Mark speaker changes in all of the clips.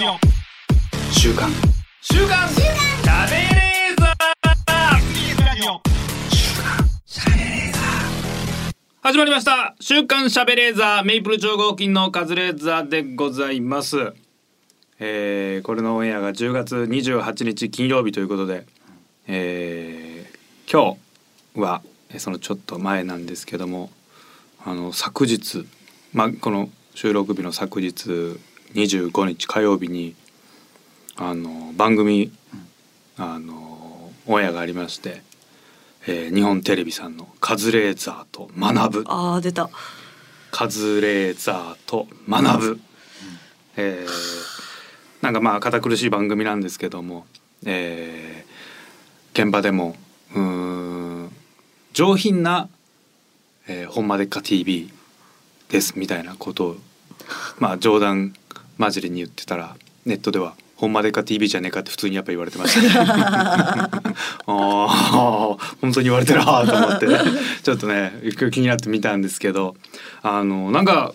Speaker 1: 週刊
Speaker 2: 週刊しゃべれーザー始まりました週刊しゃべれーザーメイプル超合金のカズレーザーでございますえー、これのオンエアが10月28日金曜日ということでえー、今日はえーそのちょっと前なんですけどもあの昨日まあこの収録日の昨日25日火曜日にあの番組、あのオンエアがありまして、えー日本テレビさんの「カズレーザーと学ぶ」
Speaker 3: ああ出た。
Speaker 2: カズレーザーと学ぶ、えーなんかまあ堅苦しい番組なんですけども、えー現場でもうーん上品な「えー、ほんまでっか TV」ですみたいなことをまあ冗談交じりに言ってたらネットでは「ほんまでっか TV じゃねえか」って普通にやっぱ言われてました、 ね、ああ本当に言われてるなと思ってちょっとねゆっくり気になってみたんですけどあのなんか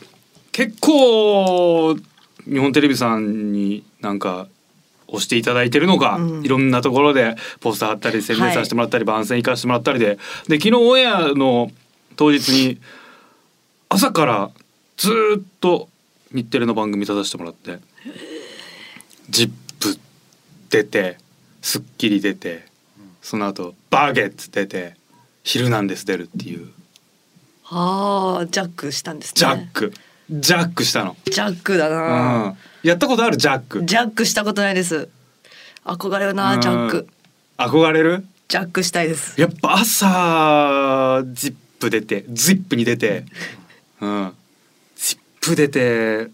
Speaker 2: 結構日本テレビさんになんか押していただいてるのか、
Speaker 3: うん
Speaker 2: いろんなところでポスター貼ったり宣伝させてもらったり、番宣行かせてもらったりでで昨日オンエアの当日に朝からずーっと日テレの番組出させてもらって「ジップ出て「スッキリ」出てその後バーゲッツ」出て「ヒルナンデス」出るっていう
Speaker 3: ああジャックしたんですね。
Speaker 2: ジャッ。ク、ジャックしたの、
Speaker 3: ジャックだ
Speaker 2: う
Speaker 3: な。
Speaker 2: ん、やったことあるジャック
Speaker 3: ジャックしたことないです。憧れるなジャック。
Speaker 2: うん憧れる
Speaker 3: ジャックしたいです。
Speaker 2: やっぱ朝ジップ出てジップに出てうんジップ出て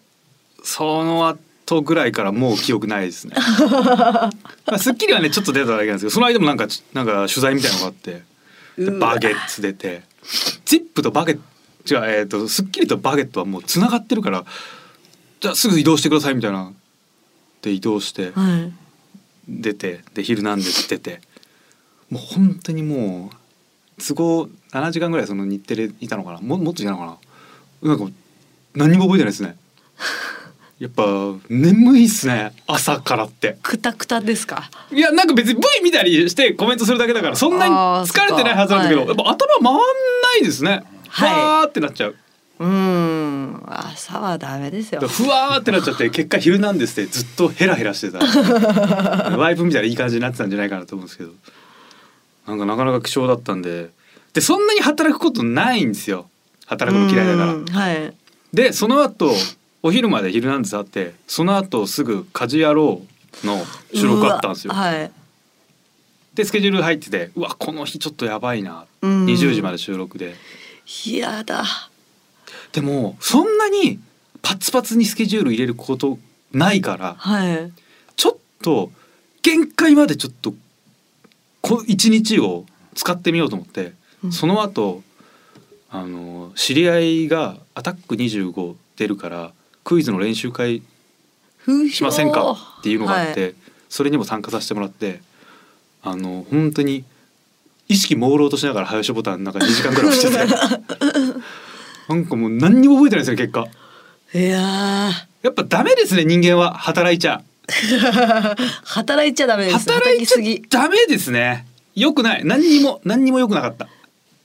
Speaker 2: その後ぐらいからもう記憶ないです ねまあスッキリはねちょっと出ただけなんですけどその間もなんかちなんか取材みたいなのがあってで
Speaker 3: うわ
Speaker 2: バゲッツ出てジップとバゲッ違うえっ、とスッキリとバゲットはもうつながってるからじゃあすぐ移動してくださいみたいなで移動して、
Speaker 3: はい。
Speaker 2: 出てで「ヒルナンデス」出てもう本当にもう都合7時間ぐらいその日テレいたのかなももっといたのかななんか何も覚えてないですねやっぱ眠いっすね朝からって
Speaker 3: クタクタですか。
Speaker 2: いやなんか別に V 見たりしてコメントするだけだからそんなに
Speaker 3: あー
Speaker 2: 疲れてないはずなんだけど、
Speaker 3: そっか
Speaker 2: やっぱ頭回んないですねふ
Speaker 3: はい
Speaker 2: わーってなっちゃう、
Speaker 3: うーん朝はダメですよ
Speaker 2: だから。ふわーってなっちゃって結果「ヒルナンデス」でずっとヘラヘラして たワイプみたいないい感じになってたんじゃないかなと思うんですけどなんかなかなか希少だったんででそんなに働くことないんですよ働くの嫌いだから。
Speaker 3: うんはい。
Speaker 2: でその後お昼まで「ヒルナンデス」あってその後すぐ「家事野郎」の収録あったんですよ
Speaker 3: うわ。はい。
Speaker 2: でスケジュール入っててうわこの日ちょっとやばいな
Speaker 3: うん
Speaker 2: 20時まで収録で。
Speaker 3: 嫌だ。
Speaker 2: でもそんなにパツパツにスケジュール入れることないから。
Speaker 3: はい。
Speaker 2: ちょっと限界までちょっとこ一日を使ってみようと思って、
Speaker 3: うん
Speaker 2: その後あの知り合いが「アタック25」出るからクイズの練習会
Speaker 3: ふう
Speaker 2: しませんかっていうのがあって、それにも参加させてもらってあの本当に意識朦朧としながら早押しボタンなんか2時間ぐらい押してて なんかもう何にも覚えてないですよ結果
Speaker 3: い、いやー
Speaker 2: やっぱダメですね人間は働いちゃ。
Speaker 3: 働いちゃダメです。
Speaker 2: 働い
Speaker 3: き
Speaker 2: ち
Speaker 3: す
Speaker 2: ゃ
Speaker 3: ぎ。
Speaker 2: ダメですね良くない何にも何にも良くなかった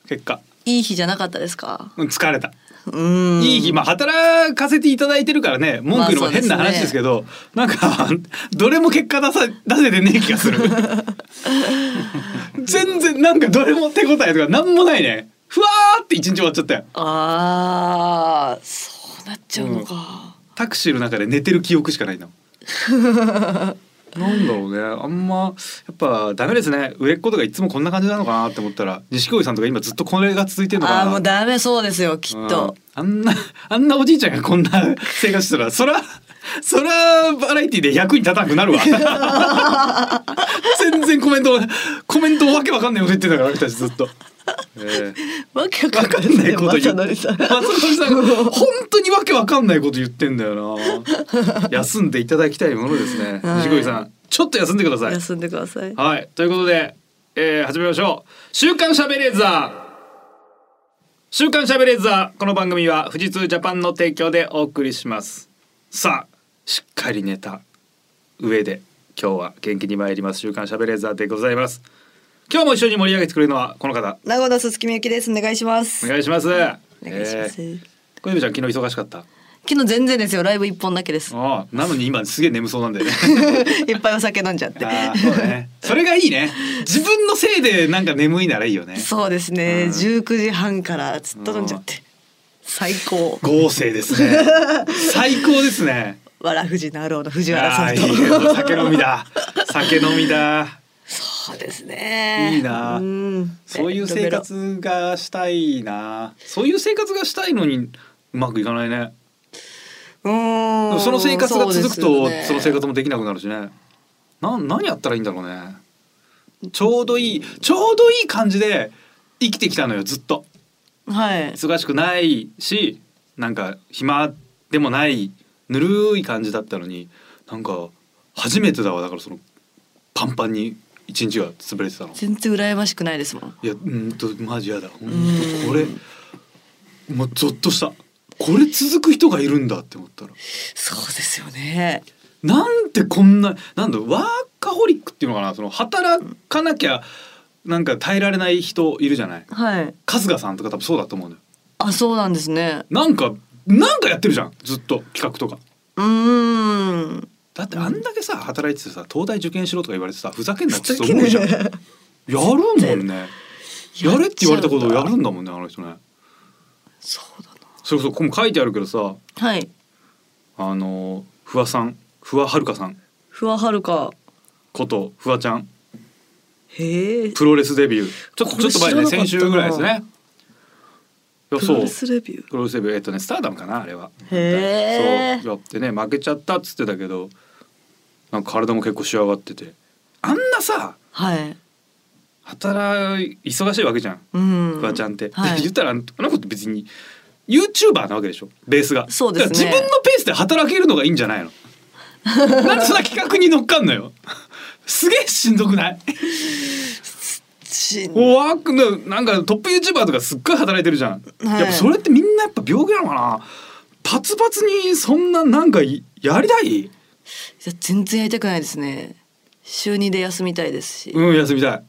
Speaker 2: 結果
Speaker 3: いい日じゃなかったですか。
Speaker 2: うん疲れた、
Speaker 3: うーん。
Speaker 2: いい日まあ働かせていただいてるからね文句言うのも変な
Speaker 3: まあそう
Speaker 2: 話
Speaker 3: ですね
Speaker 2: ですけど、なんかどれも結果出さ出せてねえ気が する全然なんかどれも手応えとか何もないねふわーって一日終わっちゃったよ
Speaker 3: ああ、そうなっちゃうのか。
Speaker 2: タクシーの中で寝てる記憶しかないのなんだろうねあんまやっぱダメですね売れっ子とかいつもこんな感じなのかなって思ったら錦鯉さんとか今ずっとこれが続いてるのかな
Speaker 3: ああー、もうダメそうですよ、きっと。
Speaker 2: うんあんなあんなおじいちゃんがこんな生活してたらそらそらバラエティで役に立たなくなるわ 全然コメントコメントわけわかんないこと言ってたから俺たちずっと。ええ
Speaker 3: わけわ
Speaker 2: わかんないこと言う。
Speaker 3: まさのりさん
Speaker 2: 松則さんが本当にわけわかんないこと言ってんだよな。休んでいただきたいものですね。
Speaker 3: はい
Speaker 2: 西鯉さん、ちょっと休んでください。
Speaker 3: 休んでください。
Speaker 2: はい、ということで、えー始めましょう。週刊しゃべれーザー。週刊しゃべれーザー、この番組は富士通ジャパンの提供でお送りします。さあ、しっかりネタ上で今日は元気に参ります週刊しゃべレーザーでございます今日も一緒に盛り上げてくれるのはこの方
Speaker 3: 名古屋の鈴木みゆきです。お願いします。
Speaker 2: お願いしますお
Speaker 3: お願いします。
Speaker 2: 小泉ちゃん昨日忙しかった
Speaker 3: 昨日全然ですよ。ライブ一本だけです。
Speaker 2: ああなのに今すげえ眠そうなん だよね
Speaker 3: いっぱいお酒飲んじゃって。
Speaker 2: ああそうだねそれがいいね自分のせいでなんか眠いならいいよね
Speaker 3: そうですね。19時半からずっと飲んじゃって。最高。
Speaker 2: 豪勢ですね最高ですね
Speaker 3: わらふじなろうの藤原さんと。
Speaker 2: ああいいねお酒飲み だ酒飲みだ
Speaker 3: そうですね。
Speaker 2: いいな
Speaker 3: うん
Speaker 2: そういう生。活がしたいなそういう生活がしたいのにうまくいかないね
Speaker 3: ベロベロうーん。
Speaker 2: その生活が続くと
Speaker 3: う
Speaker 2: そ,、
Speaker 3: ですよね
Speaker 2: の生活もできなくなるしねな何やったらいいんだろうねちょうどいいちょうどいい感じで生きてきたのよずっと
Speaker 3: はい。
Speaker 2: 忙しくないしなんか暇でもないぬるい感じだったのになんか初めてだわだからそのパンパンに一日が潰れてたの
Speaker 3: 全然羨ましくないですもん。
Speaker 2: いやうーんとマジやだほんと
Speaker 3: うん
Speaker 2: これもうゾッとしたこれ続く人がいるんだって思ったら
Speaker 3: そうですよね。
Speaker 2: なんてこんななんだワーカホリックっていうのかなその働かなきゃなんか耐えられない人いるじゃない
Speaker 3: はい。
Speaker 2: 春日さんとか多分そうだと思うのよ
Speaker 3: あ、そうなんですね。
Speaker 2: なんかなんかやってるじゃんずっと企画とか
Speaker 3: うーん。
Speaker 2: だってあんだけさ働いててさ東大受験しろとか言われてさふざけんなってちょっと思うじゃんやるもんねやれって言われたことをやるんだもんねあの人ね
Speaker 3: そうだな。
Speaker 2: それこそここも書いてあるけどさ
Speaker 3: はい。
Speaker 2: あのふわさんふわはるかさん
Speaker 3: ふわはるか。
Speaker 2: ことふわちゃん
Speaker 3: へえ。
Speaker 2: プロレスデビューちょっと
Speaker 3: これ
Speaker 2: ちょっと前ね
Speaker 3: 知らなかったな
Speaker 2: 先週ぐらいですねいや
Speaker 3: プ
Speaker 2: そ
Speaker 3: ロ
Speaker 2: う
Speaker 3: レスレビュー。
Speaker 2: プロレスデビューえっとねスターダムかなあれは
Speaker 3: へー
Speaker 2: そうやってね負けちゃったっつってたけどなんか体も結構仕上がっててあんなさ
Speaker 3: はい。
Speaker 2: 働い忙しいわけじゃん
Speaker 3: うん。
Speaker 2: フワちゃんって、
Speaker 3: は い
Speaker 2: 言ったらあの子って別に YouTuber なわけでしょベースが
Speaker 3: そうですね
Speaker 2: だから自分のペースで働けるのがいいんじゃ ないのなんでそんな企画に乗っかんのよすげえしんどくない
Speaker 3: しん。
Speaker 2: おわくなんかトップ YouTuber とかすっごい働いてるじゃん、
Speaker 3: はい
Speaker 2: やっぱそれってみんなやっぱ病気なのかなパツパツにそんななんかいやりたい
Speaker 3: いや全然やりたくないですね。週二で休みたいですし。
Speaker 2: うん休みたい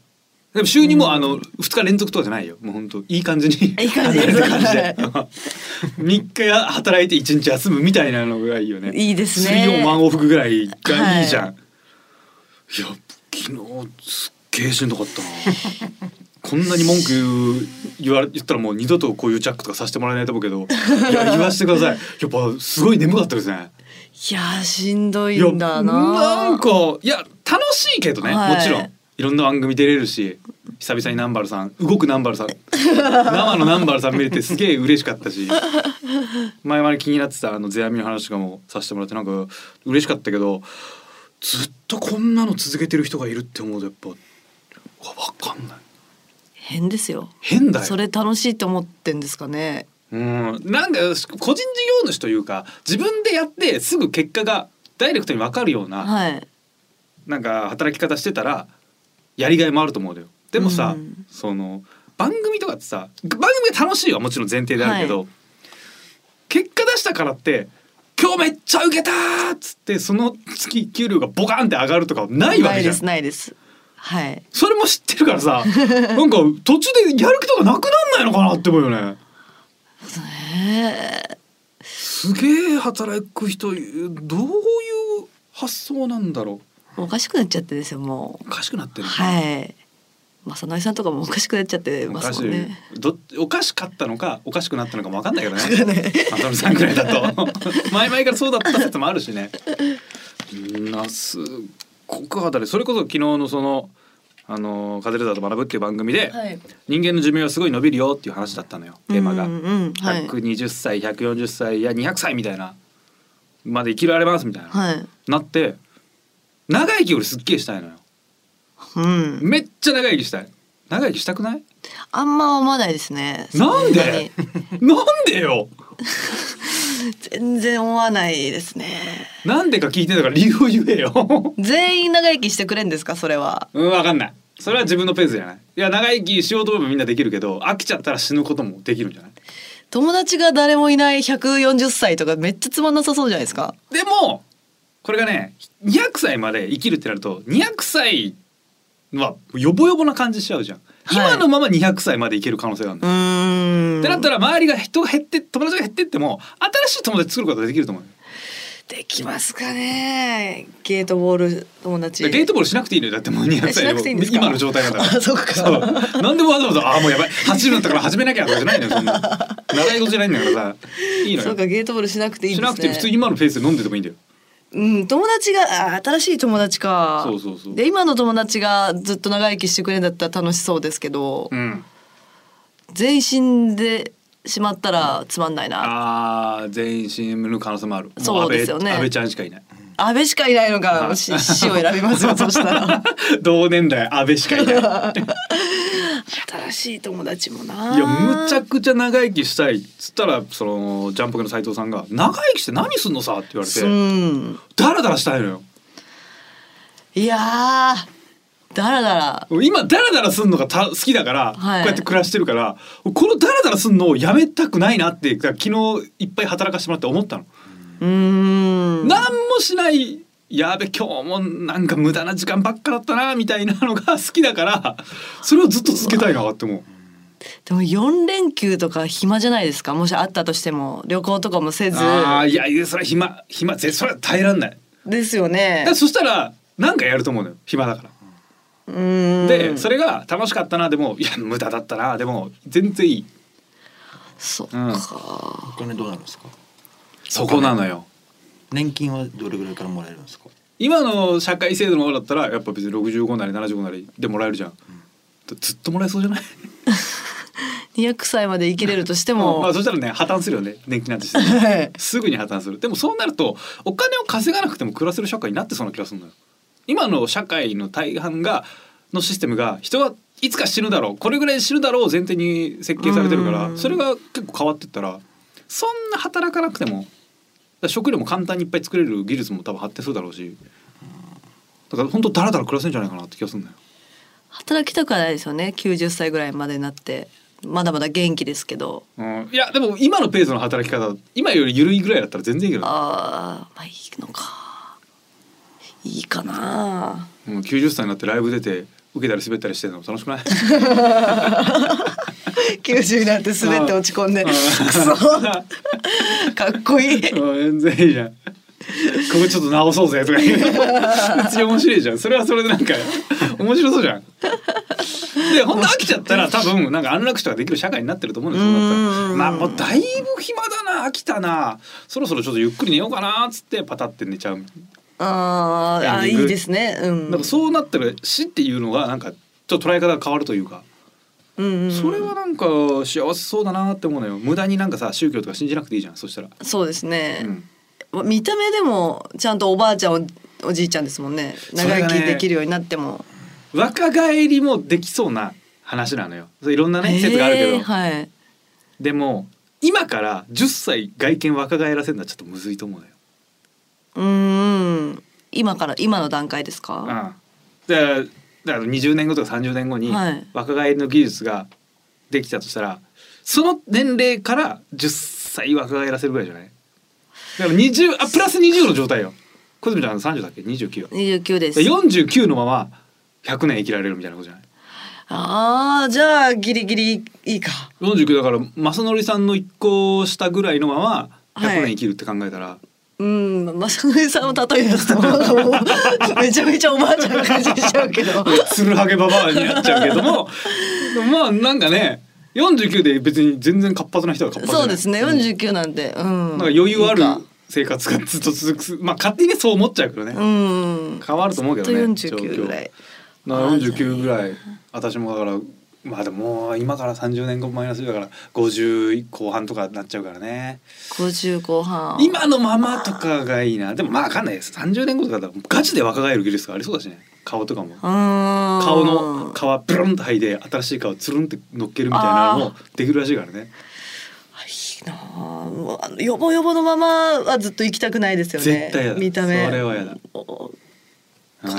Speaker 2: でも週にもうあの2日連続とかじゃないよもうほんといい感じに
Speaker 3: い い感
Speaker 2: 働
Speaker 3: じ
Speaker 2: い
Speaker 3: です
Speaker 2: てる感じで3日働いて1日休むみたいなのがいいよね
Speaker 3: いいですね
Speaker 2: 3 4万往復ぐらいがいいじゃん、
Speaker 3: はい
Speaker 2: い、や昨日すっげえしんどかったなこんなに文句言われ言ったらもう二度とこういうチャックとかさせてもらえないと思うけどいや言わせてくださいやっぱすごい眠かったですね
Speaker 3: いやーしんどいんだな。
Speaker 2: なんかいや楽しいけどね、
Speaker 3: はい
Speaker 2: もちろんいろんな番組出れるし久々に南原さん動く南原さん 生の南原さん見れてすげえ嬉しかったし前々気になってたあの世阿弥の話とかもさせてもらってなんか嬉しかったけどずっとこんなの続けてる人がいるって思うとやっぱわわかんない
Speaker 3: 変ですよ。
Speaker 2: 変だよ
Speaker 3: それ楽しいと思ってんですかね。
Speaker 2: うん、なんか個人事業主というか自分でやってすぐ結果がダイレクトに分かるような、
Speaker 3: はい。
Speaker 2: なんか働き方してたらやりがいもあると思うのよでもさ、
Speaker 3: うん
Speaker 2: その番組とかってさ番組が楽しいはもちろん前提であるけど、
Speaker 3: は
Speaker 2: 結果出したからって今日めっちゃ受けたーっつってその月給料がボカンって上がるとかはないわけじゃ
Speaker 3: で
Speaker 2: ん
Speaker 3: すないです。はい。
Speaker 2: それも知ってるから さなんか途中でやる気とかなくなんないのかなって思うよね
Speaker 3: えー
Speaker 2: すげえ働く人どういう発想なんだろ
Speaker 3: おかしくなっちゃってですよも
Speaker 2: うおかしくなって
Speaker 3: う。
Speaker 2: る
Speaker 3: はい。正成さんとかもおかしくなっちゃって
Speaker 2: お
Speaker 3: ま
Speaker 2: か
Speaker 3: す
Speaker 2: し
Speaker 3: もんね。
Speaker 2: いどっおかしかったのかおかしくなったのかも分かんないけど ね浅野さんくらいだと前々からそうだった説もあるしねみんなすっごく肌でそれこそ昨日のその「あのカズレーザーと学ぶ」っていう番組で、
Speaker 3: はい。
Speaker 2: 人間の寿命はすごい伸びるよっていう話だったのよテーマが。
Speaker 3: うんうん、はい。
Speaker 2: 120歳140歳いや200歳みたいなまで生きられますみたいな、
Speaker 3: はい。
Speaker 2: なって長生きよりすっげえしたいのよ
Speaker 3: うん。
Speaker 2: めっちゃ長生きしたい長生きしたくない
Speaker 3: あんま思わないですね。
Speaker 2: なん
Speaker 3: そ
Speaker 2: で
Speaker 3: なに
Speaker 2: なんでよ
Speaker 3: 全然思わないですね。
Speaker 2: なんでか聞いてたから理由を言えよ
Speaker 3: 全員長生きしてくれんですかそれは。
Speaker 2: うん分かんないそれは自分のペースじゃないいや長生きしようと思えばみんなできるけど飽きちゃったら死ぬこともできるんじゃない
Speaker 3: 友達が誰もいない140歳とかめっちゃつまんなさそうじゃないですか。
Speaker 2: でもこれがね200歳まで生きるってなると200歳はよぼよぼな感じしちゃうじゃん、
Speaker 3: はい
Speaker 2: 今のまま200歳まで生きる可能性があるの、
Speaker 3: うーん。
Speaker 2: ってなったら周りが人が減って友達が減ってっても新しい友達作ることができると思うよ
Speaker 3: できますかね。ゲートボール友達。
Speaker 2: ゲートボールしなくていいのよだってもう200
Speaker 3: えしなくていいんで
Speaker 2: 歳
Speaker 3: すか
Speaker 2: 今の状態なんだから
Speaker 3: あ、 そうか。
Speaker 2: そうなんでわざわざ「ああもうやばい80になったから始めなきゃ」とかじゃないのよそんな習い事じゃないんだからさいいの
Speaker 3: そ
Speaker 2: よ
Speaker 3: うかゲートボールしなくていいん
Speaker 2: し
Speaker 3: ですね。
Speaker 2: なくて普通に今のペースで飲んでてもいいんだよ
Speaker 3: うん友達があ新しい友達か。
Speaker 2: そうそうそう
Speaker 3: で今の友達がずっと長生きしてくれるんだったら楽しそうですけど、
Speaker 2: うん
Speaker 3: 全身でしまったらつまんないな。
Speaker 2: あー全員 CM の可能性もあるも
Speaker 3: そうですよ
Speaker 2: 安
Speaker 3: ね
Speaker 2: 倍安倍ちゃんしかいない
Speaker 3: 安倍しかいないの
Speaker 2: は
Speaker 3: か。
Speaker 2: い
Speaker 3: し死を選びま すよ。そしたら
Speaker 2: 同年代安倍しかいないいや
Speaker 3: 新しい友達もな。
Speaker 2: むちゃくちゃ長生きしたいっつったらそのジャンポケの斉藤さんが「長生きして何すんのさ」って言われ
Speaker 3: う
Speaker 2: て
Speaker 3: ん。
Speaker 2: ダラダラしたいのよ
Speaker 3: いやーだらだら。
Speaker 2: 今ダラダラすんのがた好きだから、
Speaker 3: は
Speaker 2: こ
Speaker 3: い
Speaker 2: うやって暮らしてるからこのダラダラすんのをやめたくないなって昨日いっぱい働かしてもらって思ったの、
Speaker 3: うーん。
Speaker 2: 何もしないやべ今日もなんか無駄な時間ばっかだったなみたいなのが 好きだからそれをずっと続けたいなって思う
Speaker 3: でも四連休とか暇じゃないですか。もしあったとしても旅行とかもせず
Speaker 2: ああいやいやそれは暇暇ぜそれは耐えらんない
Speaker 3: ですよ
Speaker 2: だ
Speaker 3: ね
Speaker 2: から。そしたらなんかやると思うのよ暇だから
Speaker 3: うーん。
Speaker 2: でそれが楽しかったなでもいや無駄だったなでも全然いい
Speaker 3: そっ
Speaker 2: うん
Speaker 3: か。
Speaker 1: お金どうなるんですか
Speaker 2: そこなのよ
Speaker 1: 年金はどれぐらいからもらえるんですか
Speaker 2: 今の社会制度の方だったらやっぱ別に65なり75なりでもらえるじゃん、ずっともらえそうじゃない
Speaker 3: 二百歳まで生きれるとして
Speaker 2: もう ま
Speaker 3: も
Speaker 2: あ、そしたらね破綻するよね年金なんてして
Speaker 3: はい
Speaker 2: すぐに破綻するでもそうなるとお金を稼がなくても暮らせる社会になってそうな気がするのよ今の社会の大半がのシステムが人はいつか死ぬだろうこれぐらい死ぬだろうを前提に設計されてるか
Speaker 3: う
Speaker 2: ら
Speaker 3: ん
Speaker 2: それが結構変わってったらそんな働かなくてもだから食料も簡単にいっぱい作れる技術も多分発展するだろうしだから本当だらだら暮らせるんじゃないかなって気がするんだよ
Speaker 3: 働きたくはないですよね。九十歳ぐらいまでになってまだまだ元気ですけど。
Speaker 2: うん、いやでも今のペースの働き方今より緩いぐらいだったら全然いいけど、
Speaker 3: ああまあいいのか。いい かな。
Speaker 2: うん、90歳になってライブ出て受けたり滑ったりしてるのも楽しくない
Speaker 3: 九十になって滑って落ち込ん で、
Speaker 2: うん
Speaker 3: くそかっこいい。
Speaker 2: うん全然いいじゃんここちょっと直そうぜとか言う別に面白いじゃんそれはそれでなんか面白そうじゃんで本当飽きちゃったら多分なんか安楽死とかできる社会になってると思うんですよそうなったらまあもうだいぶ暇だな飽きたなそろそろちょっとゆっくり寝ようかなっつってパタって寝ちゃう
Speaker 3: あーあー
Speaker 2: エンディング
Speaker 3: いいですね。うん。
Speaker 2: なんかそうなったら死っていうのがなんかちょっと捉え方が変わるというか
Speaker 3: うんうんうん
Speaker 2: それはなんか幸せそうだなって思うのよ無駄になんかさ宗教とか信じなくていいじゃんそしたら、
Speaker 3: そうですね
Speaker 2: う、ん、
Speaker 3: 見た目でもちゃんとおばあちゃんおおじいちゃんですもんね
Speaker 2: それが
Speaker 3: 長
Speaker 2: ね
Speaker 3: 生きできるようになっても、
Speaker 2: 若返りもできそうな話なのよそういろんなね説があるけど、
Speaker 3: へーはい
Speaker 2: でも今から10歳外見若返らせるのはちょっとむずいと思うのよ、
Speaker 3: うーん今から今の段階で
Speaker 2: う
Speaker 3: す
Speaker 2: ん、
Speaker 3: か、
Speaker 2: だからだから20年後とか30年後に
Speaker 3: はい
Speaker 2: 若返りの技術ができたとしたらその年齢から10歳若返らせるぐらいじゃないだから20あプラス20の状態よ小泉ちゃん30だっけ29は
Speaker 3: 二十九です
Speaker 2: 49のまま100年生きられるみたいなことじゃない
Speaker 3: あーじゃあギリギリいいか
Speaker 2: 49だから正則さんの一個下ぐらいのまま100年生きるって考えたら、
Speaker 3: うんまさのりさんを例え出すとも うめちゃめちゃおばあちゃんな感じしちゃうけど
Speaker 2: つるはげババアになっちゃうけど もでもまあなんかね49で別に全然活発な人は活発じゃな
Speaker 3: そ
Speaker 2: いう
Speaker 3: ですね四十九なんてうん
Speaker 2: なんか余裕ある
Speaker 3: いいか
Speaker 2: 生活がずっと続くまあ勝手にそう思っちゃうけどね、
Speaker 3: うん
Speaker 2: 変わると思うけどね
Speaker 3: 四十九ぐらい
Speaker 2: な49ぐらい私もだからまあでももう今から30年後マイナスだから50後半とかになっちゃうからね
Speaker 3: 五十後半
Speaker 2: 今のままとかがいいなでもまあわかんないです30年後とかだったらガチで若返る技術がありそうだしね顔とかも
Speaker 3: 顔
Speaker 2: 顔の皮ブルンと剥いで新しい顔つるんって乗っけるみたいなのもできるらしいからね
Speaker 3: いいなあうわよぼよぼのままはずっと行きたくないですよね
Speaker 2: 絶対やだ
Speaker 3: 見た目
Speaker 2: それはやだ
Speaker 3: おお
Speaker 2: うん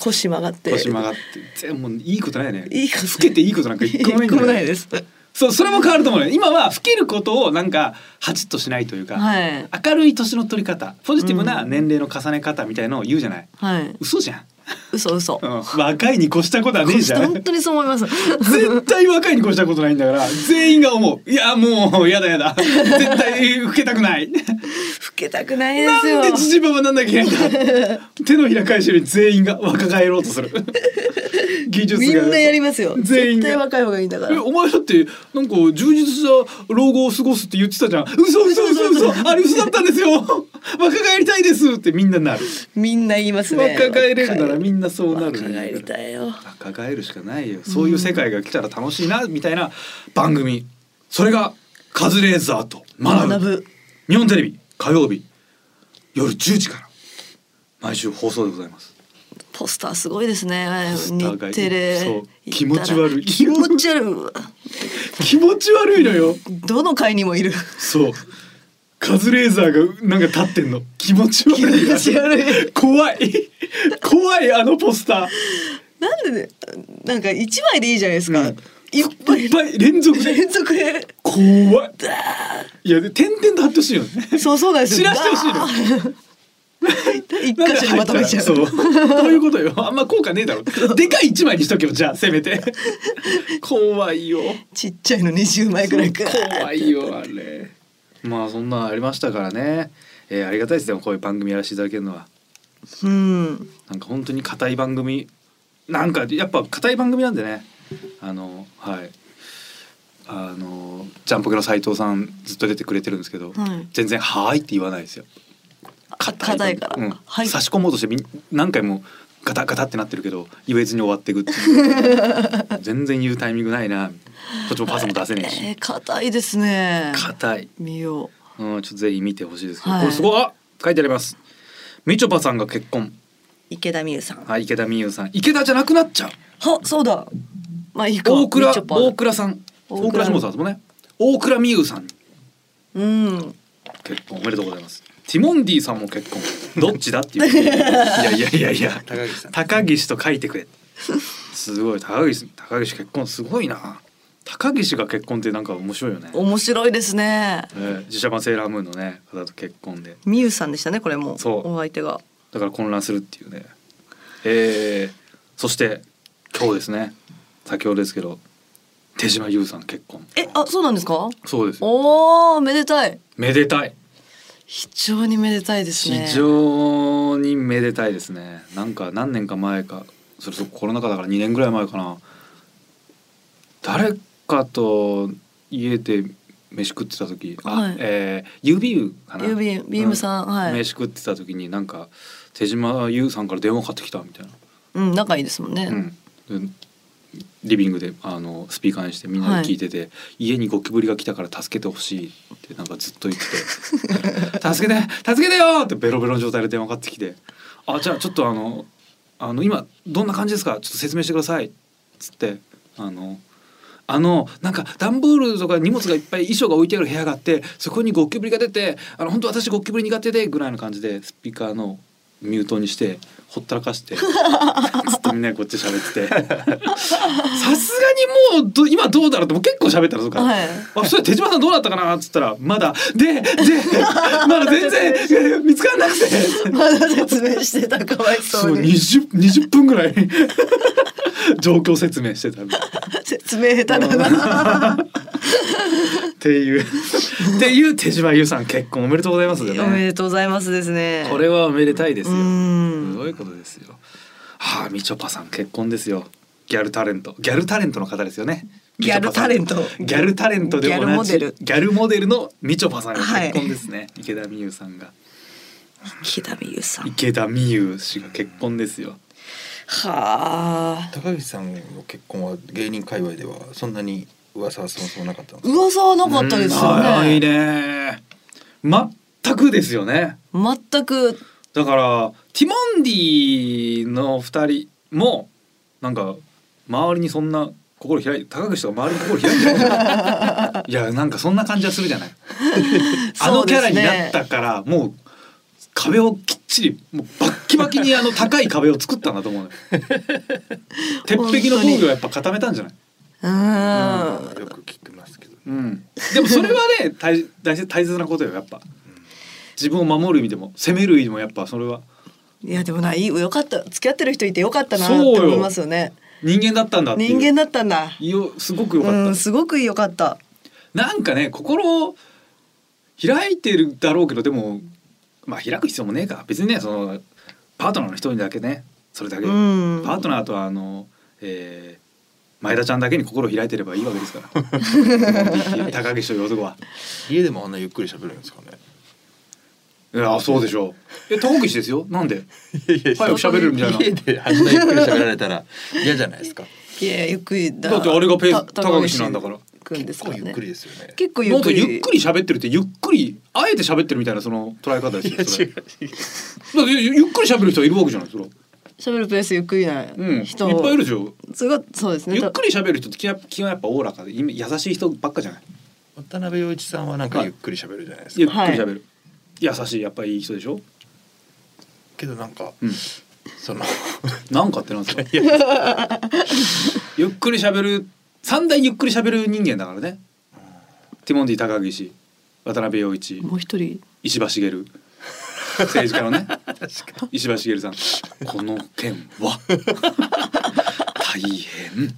Speaker 3: 腰曲がって
Speaker 2: 腰曲がって全部いいことないね
Speaker 3: いいこと
Speaker 2: 老けていいことなんか一個もないんだよ
Speaker 3: 一個もないです
Speaker 2: そうそれも変わると思うよ今は老けることをなんかハチッとしないというか、
Speaker 3: はい
Speaker 2: 明るい年の取り方ポジティブな
Speaker 3: うん
Speaker 2: 年齢の重ね方みたいのを言うじゃない、
Speaker 3: はい
Speaker 2: 嘘じゃん、
Speaker 3: 嘘嘘
Speaker 2: うん、若いに越したことはねえじゃん
Speaker 3: 本当にそう思います
Speaker 2: 絶対若いに越したことないんだから全員が思ういやもうやだやだ絶対受けたくない
Speaker 3: 老けたくないで
Speaker 2: な
Speaker 3: す
Speaker 2: ん
Speaker 3: よ
Speaker 2: でじじばばなんなきゃいけないんだ手のひら返しより全員が若返ろうとする技術
Speaker 3: み
Speaker 2: が
Speaker 3: んなやりますよ
Speaker 2: 全員
Speaker 3: 絶対若い方がいいんだから
Speaker 2: えお前だってなんか充実した老後を過ごすって言ってたじゃん嘘嘘嘘嘘あれ嘘だったんですよ若返りたいですってみんななる
Speaker 3: みんな言いますね
Speaker 2: 若返れるならみんなそうなるね
Speaker 3: 若返りたいよ
Speaker 2: 若返るしかないよそういう世界が来たら楽しいなみたいな番組それが「カズレーザーと学ぶ」
Speaker 3: 学ぶ
Speaker 2: 日本テレビ火曜日夜10時から毎週放送でございます
Speaker 3: ポスターすごいですね
Speaker 2: スターが
Speaker 3: 日テレ
Speaker 2: そう
Speaker 3: 行ったら
Speaker 2: 気持ち悪い
Speaker 3: 気持ち悪いうわ
Speaker 2: 気持ち悪いのよ
Speaker 3: どの回にもいる
Speaker 2: そうカズレーザーがなんか立ってんの気持ち悪い
Speaker 3: 気持ち悪い
Speaker 2: 怖い怖いあのポスタ
Speaker 3: なんでねなんか一枚でいいじゃないですか、
Speaker 2: うん
Speaker 3: いっ
Speaker 2: ー
Speaker 3: ぱ
Speaker 2: いっ
Speaker 3: い
Speaker 2: ぱい連続で
Speaker 3: 連続で
Speaker 2: 怖いいやで点々と貼ってほしいよね
Speaker 3: そうそうなんです
Speaker 2: 知
Speaker 3: よ
Speaker 2: らしてほしいのよ
Speaker 3: バーン一箇所にまとめちゃ
Speaker 2: そう
Speaker 3: う
Speaker 2: そういうことよあんま効果ねえだろでかい一枚にしとけよじゃあせめ て怖いよ
Speaker 3: ちっちゃいの20枚ぐらいか
Speaker 2: 怖いよあれまあそんなんありましたからね、えー、ありがたいですでもこういう番組やらせていただけるのは
Speaker 3: うん
Speaker 2: なんか本当に硬い番組なんかやっぱ硬い番組なんでねあのはいあのジャンポケの斉藤さんずっと出てくれてるんですけど、
Speaker 3: はい
Speaker 2: 全然「はーい」って言わないですよ
Speaker 3: 硬いから、
Speaker 2: うん
Speaker 3: はい
Speaker 2: 差し込もうとしてみん何回もガタガタってなってるけど言えずに終わっていくって いう全然言うタイミングないなこっちもパスも出せねえ
Speaker 3: え
Speaker 2: し
Speaker 3: ー、硬いですね
Speaker 2: 硬い、
Speaker 3: 見よう
Speaker 2: うん、ちょっとぜひ見てほしいですけど、
Speaker 3: はい
Speaker 2: これすごいあ書いてありますみちょぱさんが結婚
Speaker 3: 池田美優さん
Speaker 2: はい池田美優さん池田じゃなくなっちゃう
Speaker 3: はそうだまあいいか
Speaker 2: 大倉
Speaker 3: みちょぱ
Speaker 2: 大倉さん大
Speaker 3: 大倉
Speaker 2: 倉志保さんですもんね大倉美優さん
Speaker 3: うん
Speaker 2: 結婚おめでとうございますティモンディさんも結婚どっちだっていう いやいやいやいや
Speaker 1: 高岸さん
Speaker 2: 高岸と書いてくれすごい高岸高岸結婚すごいな高岸が結婚ってなんか面白いよね、
Speaker 3: 面白いですね
Speaker 2: えー、自社版セーラームーンのね方と結婚で
Speaker 3: 美優さんでしたねこれも
Speaker 2: そう
Speaker 3: お相手が
Speaker 2: だから混乱するっていうねえー、そして今日ですね先ほどですけど手島優さん結婚
Speaker 3: えあそうなんですか
Speaker 2: そうですよ
Speaker 3: おおめでたい
Speaker 2: めでたい
Speaker 3: 非常にめでたいですね
Speaker 2: 非常にめでたいですねなんか何年か前かそれこそコロナ禍だから2年ぐらい前かな誰かと家で飯食ってた時あ、
Speaker 3: はい
Speaker 2: えー、UBU かな
Speaker 3: UBU ビームさんはい
Speaker 2: 飯食ってた時になんか手島優さんから電話かかってきたみたいな
Speaker 3: うん仲いいですもんね、
Speaker 2: うんでリビングであのスピーカーにしてみんなで聞いてて、家にゴキブリが来たから助けてほしいってなんかずっと言って て「助けて助けてよ!」ってベロベロの状態で電話かかってきて「あじゃあちょっとあのあの今どんな感じですかちょっと説明してください」っつってあの。あのなんか段ボールとか荷物がいっぱい衣装が置いてある部屋があってそこにゴキブリが出てあの本当私ゴキブリ苦手でぐらいの感じでスピーカーのミュートにしてほったらか してずっとみんなでこっち喋っててさすがにもうど今どうだろうってもう結構喋ったらそうか、
Speaker 3: はい
Speaker 2: あそれ手島さんどうだったかなっつったらまだででまだ全 然見つからなくて
Speaker 3: まだ説明してたかわいそ
Speaker 2: そう
Speaker 3: うに
Speaker 2: 20 20分ぐらい状況説明してたみたいな
Speaker 3: 説明下手だな
Speaker 2: って いうっていう手島優さん結婚おめでとうございますだ
Speaker 3: おめ
Speaker 2: ね
Speaker 3: でとうございますですね
Speaker 2: これはおめでたいですよ
Speaker 3: うーん
Speaker 2: すごいことですよはあみちょぱさん結婚ですよギャルタレントギャルタレントの方ですよね
Speaker 3: ギャルタレント
Speaker 2: みちょぱさんギャルタレントでお
Speaker 3: ギャル
Speaker 2: な
Speaker 3: モ
Speaker 2: じ
Speaker 3: デル
Speaker 2: ギャルモデルのみちょぱさんが結婚ですね、池田美優さんが
Speaker 3: 木田美優さん
Speaker 2: 池田美優氏が結婚ですよ
Speaker 3: はあ
Speaker 1: 高岸さんの結婚は芸人界隈ではそんなに噂はそもそもなかったんですか。
Speaker 3: 噂はなかったですよ
Speaker 2: うんはい
Speaker 3: ね
Speaker 2: ね全くですよね
Speaker 3: 全く
Speaker 2: だからティモンディの二人もなんか周りにそんな心開いて高岸とか周りに心開いてない いやなんかそんな感じはするじゃない、あのキャラになったからもう壁をきっちりもうバッキバキにあの高い壁を作ったんだと思うのよ 鉄壁の防御をやっぱ固めたんじゃない
Speaker 3: そうですね
Speaker 1: よく聞きます
Speaker 2: うん、でもそれはね大大切大切なことよやっぱ自分を守る意味でも責める意味でもやっぱそれはい
Speaker 3: やでもないいよかった付き合ってる人いてよかったなって思いますよね
Speaker 2: 人間だったんだっていう
Speaker 3: 人間だったんだ
Speaker 2: よすごく良かった、
Speaker 3: うんすごく良かった
Speaker 2: なんかね心を開いてるだろうけどでもまあ開く必要もねえか別にねそのパートナーの人にだけねそれだけ、
Speaker 3: うん
Speaker 2: パートナーとはあの、えー前田ちゃんだけに心を開いてればいいわけですから 高岸という男は。
Speaker 1: 家でもあんなゆっくり喋るんですかね。
Speaker 2: いやそうでしょう。え高岸ですよなんで
Speaker 1: いやいや
Speaker 2: 早く喋るみたいな
Speaker 1: 家であんなゆっくり喋られたら嫌じゃないですか。
Speaker 3: いやゆっくりだ
Speaker 2: だってあれがペース
Speaker 3: た
Speaker 2: 高岸なんだから
Speaker 3: 君です
Speaker 1: 結
Speaker 3: から
Speaker 1: 構
Speaker 3: ね
Speaker 1: ゆっくりですよね。
Speaker 3: 結構ゆ
Speaker 2: も
Speaker 3: っ
Speaker 2: っと
Speaker 3: くり
Speaker 2: ゆっくり喋ってるってゆっくりあえて喋ってるみたいなその捉え方ですよ。それだってゆゆっくり喋る人はいるわけじゃないですか。
Speaker 3: 喋るペースゆっくりな
Speaker 2: うん、いっ
Speaker 3: 人、
Speaker 2: ぱいいるでしょ。
Speaker 3: すごいそうですね
Speaker 2: ゆっくり喋る人って気は気はやっぱおおらかで今優しい人ばっかじゃない
Speaker 1: 渡辺陽一さんはなんかゆっくり喋るじゃないです
Speaker 2: ゆっ
Speaker 1: か。
Speaker 2: くり喋る、優しいやっぱりいい人でしょ、
Speaker 1: けどなんか
Speaker 2: うん、
Speaker 1: その
Speaker 2: なんかってなんですか ゆっくり喋る三大ゆっくり喋る人間だからねティモンディ高岸渡辺陽一
Speaker 3: もう一人
Speaker 2: 石破茂政治家のね石破茂さんこの件は大変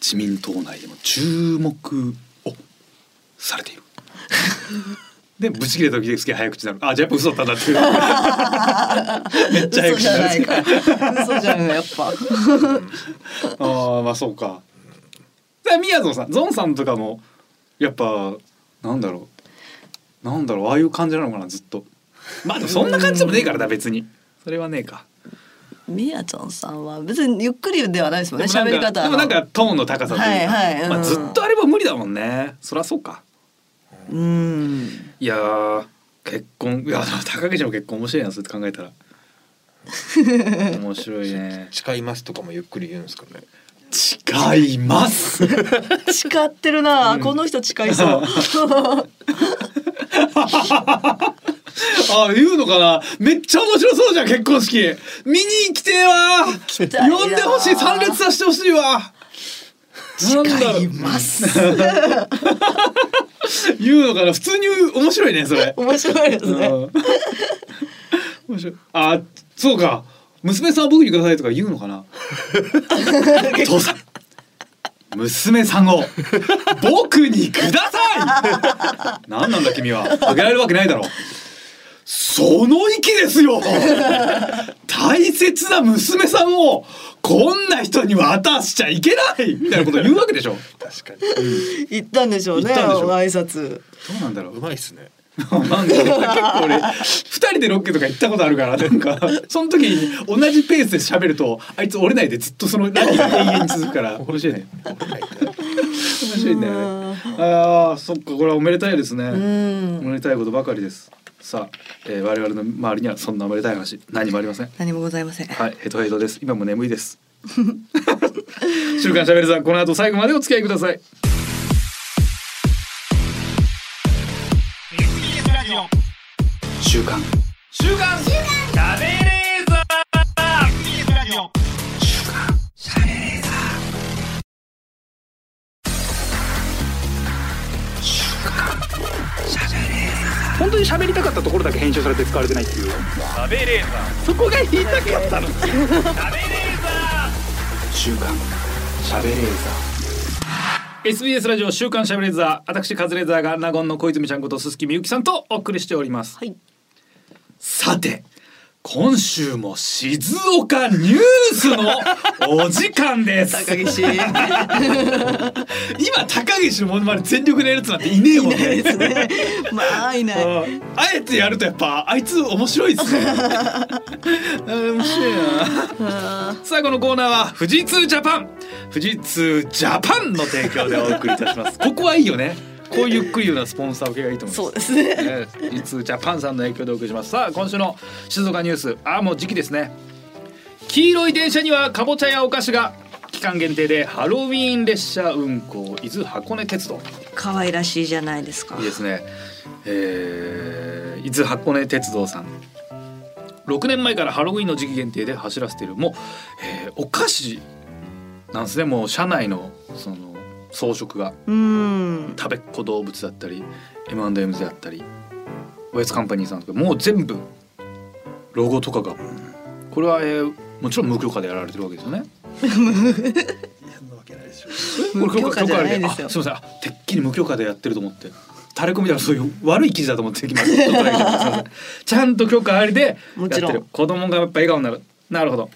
Speaker 2: 自民党内でも注目をされているでブチ切れた時ですけ早口になるあじゃあやっぱ嘘だったんだっていうめっちゃ早口
Speaker 3: 嘘じゃ
Speaker 2: にな
Speaker 3: ない
Speaker 2: る
Speaker 3: か嘘じゃないやっぱ
Speaker 2: ああまあそうかでみやぞんさんゾンさんとかもやっぱなんだろうなんだろうああいう感じなのかなずっとまあでもそんな感じでもねえからな別にそれはねえか
Speaker 3: みやちゃんさんは別にゆっくりではないですもんね
Speaker 2: でもなん
Speaker 3: 喋
Speaker 2: か
Speaker 3: り方
Speaker 2: でもなん
Speaker 3: あ
Speaker 2: かトーンの高さというか、
Speaker 3: はいはいうん
Speaker 2: まあ、ずっとあれば無理だもんねそりゃそうか
Speaker 3: のうん
Speaker 2: いやー結婚いや高岸の結婚面白いなそうやって考えたら面白いね
Speaker 1: 誓いますとかもゆっくり言うんですかね。
Speaker 2: 違います
Speaker 3: 誓ってるな、この人誓いそう
Speaker 2: あ、言うのかなめっちゃ面白そうじゃん、結婚式。見に来てえわ
Speaker 3: たいな
Speaker 2: 呼んでほしい、参列させてほしいわなんだろ
Speaker 3: 誓いうます
Speaker 2: 言うのかな普通に面白いね、それ。
Speaker 3: 面白いですね
Speaker 2: うん面白い。あ、そうか。娘さんを僕にくださいとか言うのかな父さん。娘さんを僕にください何なんだ君はあげられるわけないだろその意気ですよ大切な娘さんをこんな人に渡しちゃいけないみたいなこと言うわけでしょ
Speaker 1: 確かに。
Speaker 3: 言ったんでしょうね
Speaker 2: 言ったんでしょう
Speaker 3: 挨拶
Speaker 2: どうなんだろ
Speaker 1: うまいっす ね。
Speaker 2: なんで結構俺2人でロケとか行ったことあるからなん かその時に同じペースで喋るとあいつ折れないでずっとそのラリーが永遠に続くから 面白いね面白いねあーそっかこれはおめでたいですね
Speaker 3: ん
Speaker 2: おめでたいことばかりですさあ、えー我々の周りにはそんなおめでたい話何もありません
Speaker 3: 何もございません
Speaker 2: はいヘトヘトです今も眠いです 週刊しゃべるさんこの後最後までお付き合いください
Speaker 4: 週刊
Speaker 2: 週刊しゃべれーさ
Speaker 4: 本当に喋りたかったところだけ編集されて使われてないっていう
Speaker 2: そこが言いたかったの
Speaker 4: 週刊喋れー
Speaker 2: SBS ラジオ週刊しゃべれーザー私カズレーザーがナゴンの小泉ちゃんこと鈴木みゆきさんとお送りしております、
Speaker 3: はい
Speaker 2: さて今週も静岡ニュースのお時間です
Speaker 3: 高岸い
Speaker 2: 今高岸のモノマネ全力でやるやつなんていねえもん
Speaker 3: ない
Speaker 2: ね
Speaker 3: ですねまあいない
Speaker 2: うんあえてやるとやっぱあいつ面白いです ねあー面白いなさあこのコーナーは富士通ジャパン富士通ジャパンの提供でお送りいたしますここはいいよねこういうゆっくり言うのはスポンサー受けがいいと思います
Speaker 3: そうですね
Speaker 2: ね富士通ジャパンさんの影響でお送りしますさあ今週の静岡ニュースああもう時期ですね黄色い電車にはかぼちゃやお菓子が期間限定でハロウィーン列車運行伊豆箱根鉄道
Speaker 3: 可愛らしいじゃないですか
Speaker 2: いいですね。えー伊豆箱根鉄道さん。6年前からハロウィンの時期限定で走らせているもう、えーお菓子なんですねもう車内のその装飾が
Speaker 3: うん
Speaker 2: 食べっ子動物だったり M&M's だったりウエストカンパニーさんとかもう全部ロゴとかがこれは、えーもちろん無許可でやられてるわけですよね。
Speaker 5: そんなわけないでしょ
Speaker 2: これ
Speaker 3: 無許可じゃない
Speaker 2: 許可
Speaker 3: で
Speaker 2: あ
Speaker 3: す
Speaker 2: すみま
Speaker 3: よ
Speaker 2: せんあてっきり無許可でやってると思ってタレコミだからそういう悪い記事だと思ってきま したちょっとだけすいませんちゃんと許可ありでやっ
Speaker 3: も
Speaker 2: て
Speaker 3: ちろ
Speaker 2: る
Speaker 3: ん
Speaker 2: 子供がやっぱ笑顔になるなるほど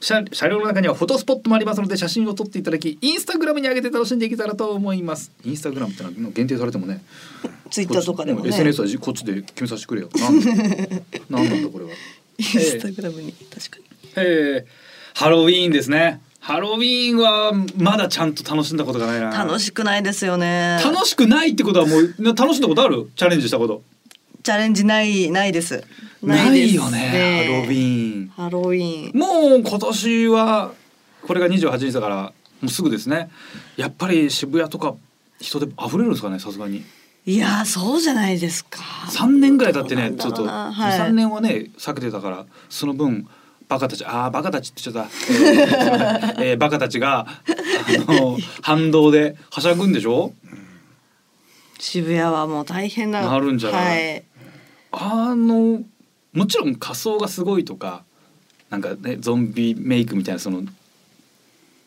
Speaker 2: 車車両の中にはフォトスポットもありますので写真を撮っていただきインスタグラムに上げて楽しんでいけたらと思いますインスタグラムってのは限定されてもね
Speaker 3: ツイッターとかでも
Speaker 2: こっち
Speaker 3: ね。
Speaker 2: SNS はじこっちで決めさせてくれよなん でなんなんだこれは
Speaker 3: インスタグラムに確かに。
Speaker 2: えーハロウィーンですねハロウィーンはまだちゃんと楽しんだことがないな
Speaker 3: 楽しくないですよね。
Speaker 2: 楽しくないってことはもうな楽しんだことあるチャレンジしたこと
Speaker 3: チャレンジないないです。です
Speaker 2: よねハロウィ
Speaker 3: ン。
Speaker 2: ーン
Speaker 3: ハロウィン。
Speaker 2: もう今年はこれが28日だからもうすぐですねやっぱり渋谷とか人で溢れるんですかねさすがに
Speaker 3: いやーそうじゃないですか。
Speaker 2: 3年ぐらい経ってねち
Speaker 3: そ
Speaker 2: ょ
Speaker 3: う
Speaker 2: っ
Speaker 3: だ
Speaker 2: と
Speaker 3: なはい
Speaker 2: 23年はね避けてたからその分バカたちあーバカたちって言っちゃっ た、えーえーバカたちがあの反動ではしゃぐんでしょ
Speaker 3: 渋谷はもう大変な。
Speaker 2: なるんじゃない
Speaker 3: はい。
Speaker 2: あのもちろん仮装がすごいとかなんかねゾンビメイクみたいなその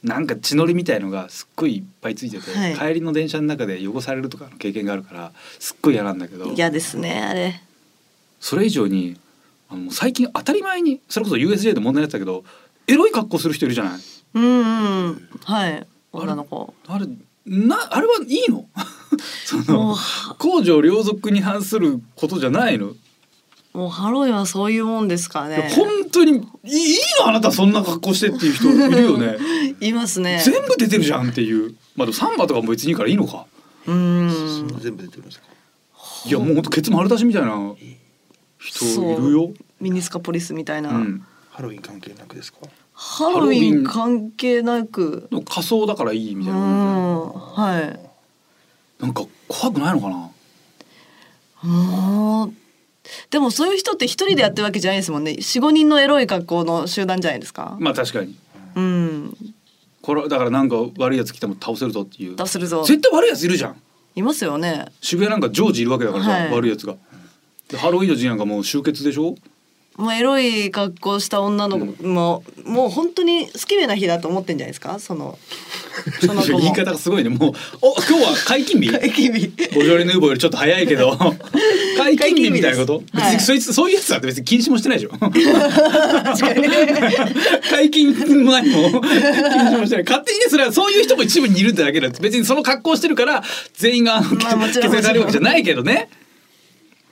Speaker 2: なんか血のりみたいのがすっごいいっぱいついてて、
Speaker 3: はい
Speaker 2: 帰りの電車の中で汚されるとかの経験があるからすっごい嫌なんだけど
Speaker 3: 嫌ですねあれ。
Speaker 2: それ以上にあの最近当たり前にそれこそ USJ で問題になってたけどエロい格好する人いるじゃない
Speaker 3: うんうんはい女の子。
Speaker 2: あれなあれはいいの そ
Speaker 3: もう
Speaker 2: の公序良俗に反することじゃないの
Speaker 3: もうハロウィンはそういうもんですから
Speaker 2: いや
Speaker 3: ね。
Speaker 2: 本当にいいいのあなたそんな格好してっていう人いるよ ね
Speaker 3: いますね。
Speaker 2: 全部出てるじゃんっていうまあでもサンバとかも別にいいからいいのか
Speaker 3: う。
Speaker 1: そんなん全部出てるんですか。
Speaker 2: いやもうほんとケツ丸出しみたいな人いるよ、
Speaker 3: ミニスカポリスみたいな。
Speaker 2: うん、
Speaker 1: ハロウィン関係なくですか。
Speaker 3: ハロウィン関係なく。
Speaker 2: でも仮装だからいいみ
Speaker 3: う
Speaker 2: たい
Speaker 3: ん
Speaker 2: な
Speaker 3: はい。
Speaker 2: なんか怖くないのかな
Speaker 3: もうでもそういう人って一人でやってるわけじゃないですもんね45人のエロい格好の集団じゃないですか、
Speaker 2: まあ確かに
Speaker 3: うん
Speaker 2: これだからなんか悪いやつ来ても倒せるぞっていう
Speaker 3: 出するぞ
Speaker 2: 絶対悪いやついるじゃん
Speaker 3: いますよね
Speaker 2: 渋谷なんか常時いるわけだからさ、
Speaker 3: はい
Speaker 2: 悪いやつがでハロウィンの時期なんかもう集結でしょ
Speaker 3: もうエロい格好した女の子も、もう本当に好きめな日だと思ってんじゃないですかそ のその子も
Speaker 2: 言い方がすごいねもうお今日は解禁 日
Speaker 3: 解禁日
Speaker 2: ボジョレ・ヌーボーよりちょっと早いけ ど解禁日みたいなこと
Speaker 3: 解禁日で
Speaker 2: 別
Speaker 3: すは
Speaker 2: に
Speaker 3: い
Speaker 2: そいつ、そういうやつだって別に禁止もしてないでしょ
Speaker 3: 確かに
Speaker 2: 解禁もないもん禁止もしてない勝手にねそれはそういう人も一部にいるってだけだ別にその格好してるから全員があの
Speaker 3: まあもちろん
Speaker 2: 決定されるわけじゃないけどね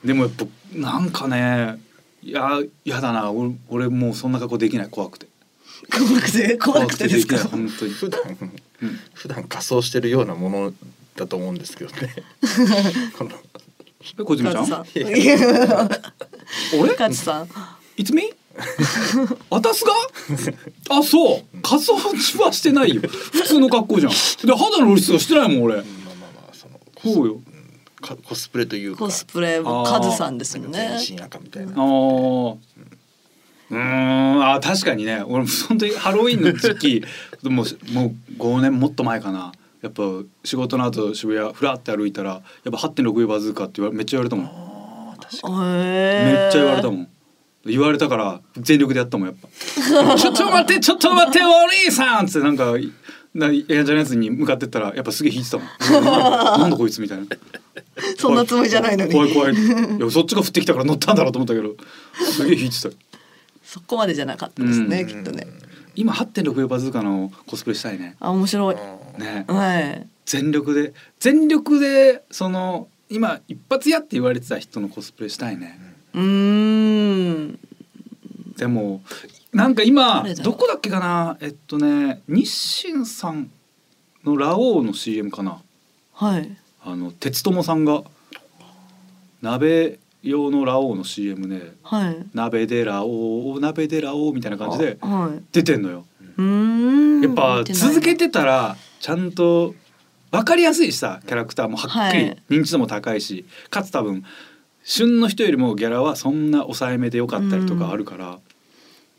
Speaker 2: でもやっぱなんかねいややだな俺俺もうそんな格好できない怖くて
Speaker 3: 怖くて怖くてですか
Speaker 2: 怖くてできない本当に
Speaker 1: 普段、普段仮装してるようなものだと思うんですけどね。この
Speaker 2: え小泉ちゃ
Speaker 3: 勝
Speaker 2: ん
Speaker 3: さん
Speaker 1: い
Speaker 2: 俺
Speaker 3: 勝さん
Speaker 2: いつみ あたすがあそう仮装はしてないよ普通の格好じゃんで肌の露出はしてないもん俺
Speaker 1: まあまあまあそのコス
Speaker 2: そうよ
Speaker 1: かコスプレというか。
Speaker 3: コスプレもカズさんですよ
Speaker 1: なん
Speaker 3: ね
Speaker 1: か全身赤みたい
Speaker 2: あ
Speaker 1: な。
Speaker 2: ーうーんあ確かにね俺も本当にハロウィンの時期 もうもう5年もっと前かなやっぱ仕事の後渋谷ふらって歩いたらやっぱ8.64バズーカって言われめっちゃ言われたもんめ
Speaker 3: め
Speaker 2: っちゃ言われたもん言われたから全力でやったもんやっぱ ちょっと待ってちょっと待ってお兄さんっつってなんかなやんちゃなやつに向かってったらやっぱすげえ引いてたもん なんだこいつみたいな
Speaker 3: そんなつもりじゃないのに
Speaker 2: 怖い怖いいやそっちが降ってきたから乗ったんだろうと思ったけどすげえ引いてた
Speaker 3: そこまでじゃなかったですね、
Speaker 2: うん
Speaker 3: きっとね
Speaker 2: 今8.64バズーカのコスプレしたいね
Speaker 3: あ面白い
Speaker 2: ね
Speaker 3: はい
Speaker 2: 全力で全力でその今一発やって言われてた人のコスプレしたいね
Speaker 3: うーん。
Speaker 2: でもなんか今
Speaker 3: 誰だ
Speaker 2: ど
Speaker 3: ろう
Speaker 2: こだっけかなえっとね日清さんのラオウの CM かな
Speaker 3: はい。
Speaker 2: あの鉄友さんが鍋用のラオウの CM で
Speaker 3: はい。
Speaker 2: 鍋でラオウ鍋でラオウみたいな感じで
Speaker 3: あはい。
Speaker 2: 出てんのよ
Speaker 3: うーん。
Speaker 2: やっぱ
Speaker 3: 見てない
Speaker 2: 続け。てたらちゃんと分かりやすいしさキャラクターもはっき
Speaker 3: は
Speaker 2: り
Speaker 3: い
Speaker 2: 認知度も高いし、かつ多分旬の人よりもギャラはそんな抑えめでよかったりとかあるから、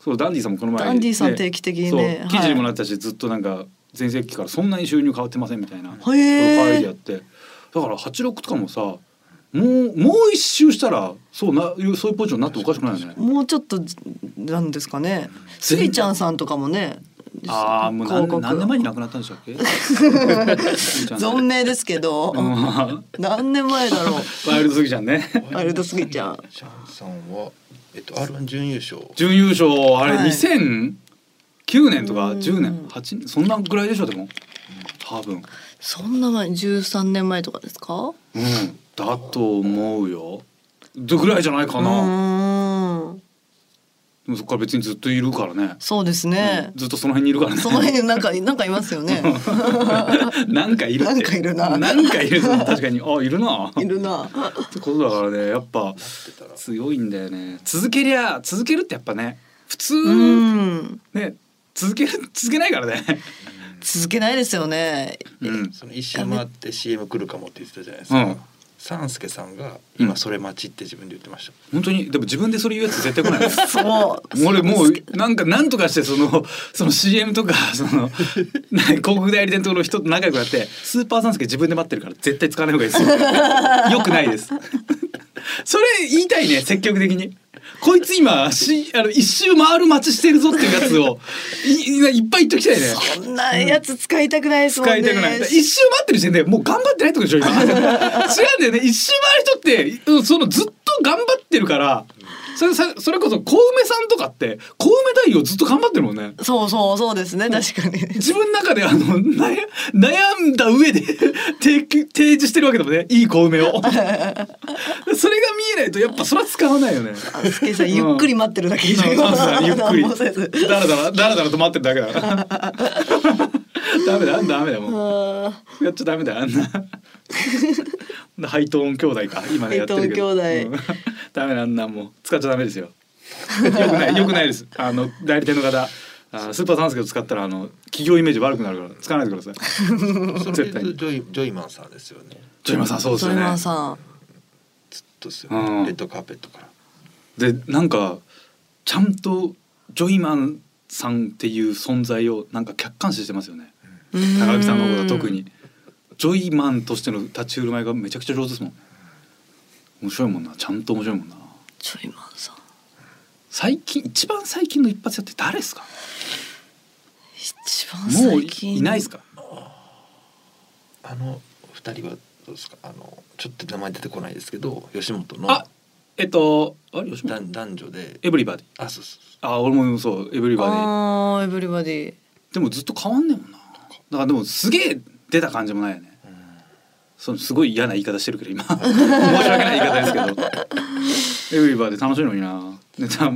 Speaker 2: そうダンディさんもこの前
Speaker 3: ダンディさん定期的にね
Speaker 2: そ
Speaker 3: は
Speaker 2: う
Speaker 3: い
Speaker 2: 記事にもなったし、ずっとなんか前世紀からそんなに収入変わってませんみたいな
Speaker 3: へー
Speaker 2: アイディアってだから86とかもさもうもう一周したらそうなそういうポジションになっておかしくないよね。
Speaker 3: もうちょっとなんですかね。スギちゃんさんとかもね。
Speaker 2: ああもう何
Speaker 3: 広告
Speaker 2: 何年前に亡くなったんでしたっ け
Speaker 3: 存命ですけど。
Speaker 2: うん
Speaker 3: 何年前だろう。
Speaker 2: ワイルドすぎちゃんね。
Speaker 3: ワイルドスギちゃん。
Speaker 1: シャンさんはえっと R1 準優勝
Speaker 2: 準優勝あれ
Speaker 3: はい
Speaker 2: 2009年とか
Speaker 3: うん
Speaker 2: 10年8そんなぐらいでしょでも多分
Speaker 3: そんな前、十三年前とかですか。
Speaker 2: うんだと思うよどぐらいじゃないか
Speaker 3: う
Speaker 2: な
Speaker 3: ーん。
Speaker 2: でもそっから別にずっといるからね
Speaker 3: そうですね
Speaker 2: うん。ずっとその辺にいるからね
Speaker 3: その辺になんか、なんかいますよね。
Speaker 2: なんかいるって
Speaker 3: なんかいるな
Speaker 2: なんかい るぞ確かにあいるない
Speaker 3: るな。
Speaker 2: ってことだからねやっぱ強いんだよね続けりゃ続けるってやっぱね普
Speaker 3: う
Speaker 2: 通
Speaker 3: ん。
Speaker 2: ね続ける続けないからね
Speaker 3: 続けないですよね。
Speaker 2: うん
Speaker 1: その一周回って CM 来るかもって言ってたじゃないですか、
Speaker 2: うん
Speaker 1: サンスケさんが「
Speaker 2: うん
Speaker 1: 今それ待ち」って自分で言ってました、
Speaker 2: 本当にでも自分でそれ言うやつ絶対来ないです
Speaker 3: そう。
Speaker 2: 俺もうなんかなんとかしてその その CM とかそのな広告代理店との人と仲良くなってスーパーサンスケ自分で待ってるから絶対使わない方がいいです よ。よくないです。それ言いたいね積極的に。こいつ今しあの一周回る待ちしてるぞっていうやつをいいっぱい言っときたいね。
Speaker 3: そんなやつ使いたくないですもん
Speaker 2: 使
Speaker 3: ね。
Speaker 2: いたくない。一周待ってる時点でもう頑張ってないってことでしょ 今。違うんだよね。一周回る人ってうんそのずっと頑張ってるから。それさそれこそ小梅さんとかって小梅太陽ずっと頑張ってるもんね。
Speaker 3: そうそうそうですね。確かに。
Speaker 2: 自分の中であの悩悩んだ上で 提供提示してるわけでもんねいい小梅 をそれが見えないとやっぱそれは使わないよね
Speaker 3: あスケさんゆっくり待ってるだけじゃ ん。
Speaker 2: ゆっく り
Speaker 3: 何もせず
Speaker 2: だらだらだらだらと待ってるだけだから ダメだダメだもう
Speaker 3: あ
Speaker 2: やっちゃダメだよあんな ハイトーン兄弟か今ねやってるけど
Speaker 3: ハイトーン兄弟
Speaker 2: うん ダメだあんなんもう使っちゃダメですよよくないよくないですあの代理店の方あースーパーサンスケを使ったらあの企業イメージ悪くなるから使わないでください
Speaker 1: それ
Speaker 2: 絶
Speaker 1: で言
Speaker 2: 対
Speaker 1: う
Speaker 2: に
Speaker 1: とジョイジョイマンさんですよね
Speaker 2: ジョイマンさんそう
Speaker 3: ー
Speaker 2: です
Speaker 3: そ
Speaker 2: よ
Speaker 3: れ
Speaker 2: ね
Speaker 3: はさ
Speaker 1: ずっとですよ、
Speaker 2: うん
Speaker 1: レッドカーペットから
Speaker 2: でなんかちゃんとジョイマンさんっていう存在をなんか客観視してますよね高木さんの方が特にジョイマンとしての立ち振る舞いがめちゃくちゃ上手ですもん面白いもんなちゃんと面白いもんな
Speaker 3: ちょいマンさん
Speaker 2: 最近一番最近の一発屋って誰ですか
Speaker 3: 一番
Speaker 2: もう
Speaker 3: 最
Speaker 2: い
Speaker 3: 近
Speaker 2: いないですか
Speaker 1: あの二人はどうですかあのちょっと名前出てこないですけど吉本の
Speaker 2: あえっとあれ吉本
Speaker 1: 男男女で
Speaker 2: エブリバディ
Speaker 1: あそうそうそ
Speaker 2: あ俺もそうエブリバディ
Speaker 3: ああエブリバディ
Speaker 2: でもずっと変わんねえもんなだからでもすげえ出た感じもないよね
Speaker 1: う、
Speaker 2: そのすごい嫌な言い方してるけど 今申し訳ない言い方ですけどエブリバディ楽しいのになでた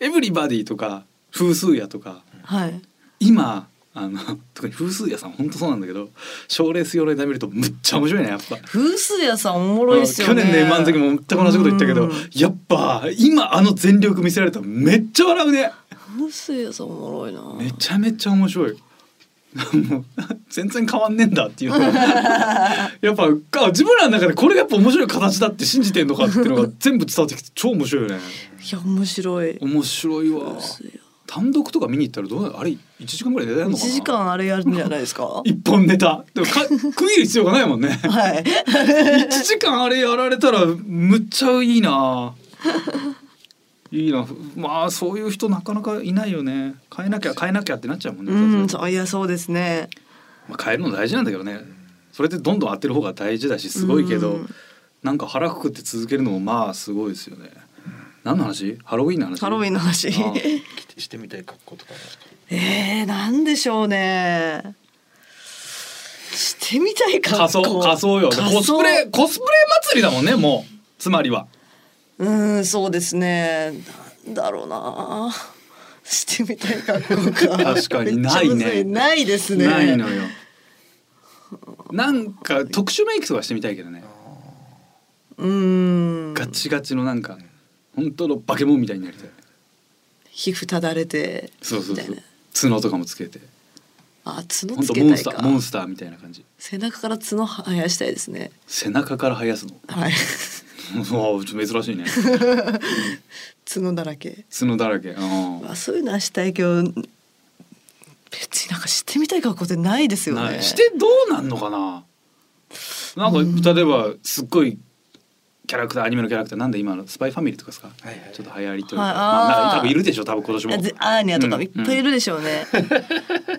Speaker 2: エブリバディとか風数屋とか
Speaker 3: はい
Speaker 2: 今あの特に風数屋さん本当そうなんだけど賞レース用のネタ見るとむっちゃ面白いねやっぱ。
Speaker 3: 風水屋さんおもろいですよ
Speaker 2: 去
Speaker 3: ね
Speaker 2: 年ね満席も全く同じこと言ったけど
Speaker 3: うん
Speaker 2: やっぱ今あの全力見せられたらめっちゃ笑うね
Speaker 3: 風水屋さんおもろいな
Speaker 2: めちゃめちゃ面白い。もう全然変わんねえんだっていう のがやっぱあ自分らの中でこれがやっぱ面白い形だって信じてんのかっていうのが全部伝わってきて超面白いよね
Speaker 3: いや面白い
Speaker 2: 面白いわ
Speaker 3: 風水屋
Speaker 2: 単独とか見に行ったらどうなるあれ1時間ぐらいでやるのかな
Speaker 3: 一時間あれやるんじゃないですかは
Speaker 2: 一本ネタでもか区切る必要がないもんね
Speaker 3: い
Speaker 2: 1時間あれやられたらむっちゃいい ないいなまあそういう人なかなかいないよね変えなきゃ変えなきゃってなっちゃうもんね、
Speaker 3: うんそういやそうですね
Speaker 2: まあ、変えるの大事なんだけどねそれでどんどん当てる方が大事だしすごいけど、
Speaker 3: うん
Speaker 2: なんか腹くくって続けるのもまあすごいですよね何の話ハロウィンの話
Speaker 3: ハロウィンの話
Speaker 2: あー
Speaker 1: う着てしてみたい格好とかありますか
Speaker 3: えー、なんでしょうね。してみたい格
Speaker 2: 仮装
Speaker 3: 好。
Speaker 2: 仮装よコスプレ。コスプレ祭りだもんねもうつまりは
Speaker 3: うーん、そうですね。なんだろうな。してみたい格好か。
Speaker 2: 確かに
Speaker 3: めっちゃむず
Speaker 2: ないね
Speaker 3: ないですね。
Speaker 2: ない のよなんか特殊メイクとかしてみたいけどね
Speaker 3: うーん。
Speaker 2: ガチガチのなんか本当のバケモンみたいになりたい
Speaker 3: 皮膚ただれて。
Speaker 2: そうそう
Speaker 3: み
Speaker 2: そ
Speaker 3: たいうな
Speaker 2: 角とかもつけて
Speaker 3: あ、角
Speaker 2: 本
Speaker 3: つ
Speaker 2: 当
Speaker 3: け
Speaker 2: モン
Speaker 3: た
Speaker 2: ス
Speaker 3: い
Speaker 2: ター
Speaker 3: か。
Speaker 2: モンスターみたいな感じ
Speaker 3: 背中から角生やしたいですね。
Speaker 2: 背中から生やすの
Speaker 3: はい。
Speaker 2: うわちょっと珍しいね
Speaker 3: 角だらけ。
Speaker 2: 角だらけ。うん
Speaker 3: まあ、そういうのはしたいけど。別になんかしてみたい格好ってないですよ
Speaker 2: な
Speaker 3: ね。
Speaker 2: してどうなんのかななんか例えばすっごいキャラクターアニメのキャラクターなんで今のスパイファミリーとかですか、
Speaker 1: はいはい
Speaker 2: ちょっと流行りというか、
Speaker 3: はい
Speaker 2: まあ、
Speaker 3: あー
Speaker 2: なんか多分いるでしょ多分今年も
Speaker 3: あぜアーニャとかもいっぱいいるでしょ うね。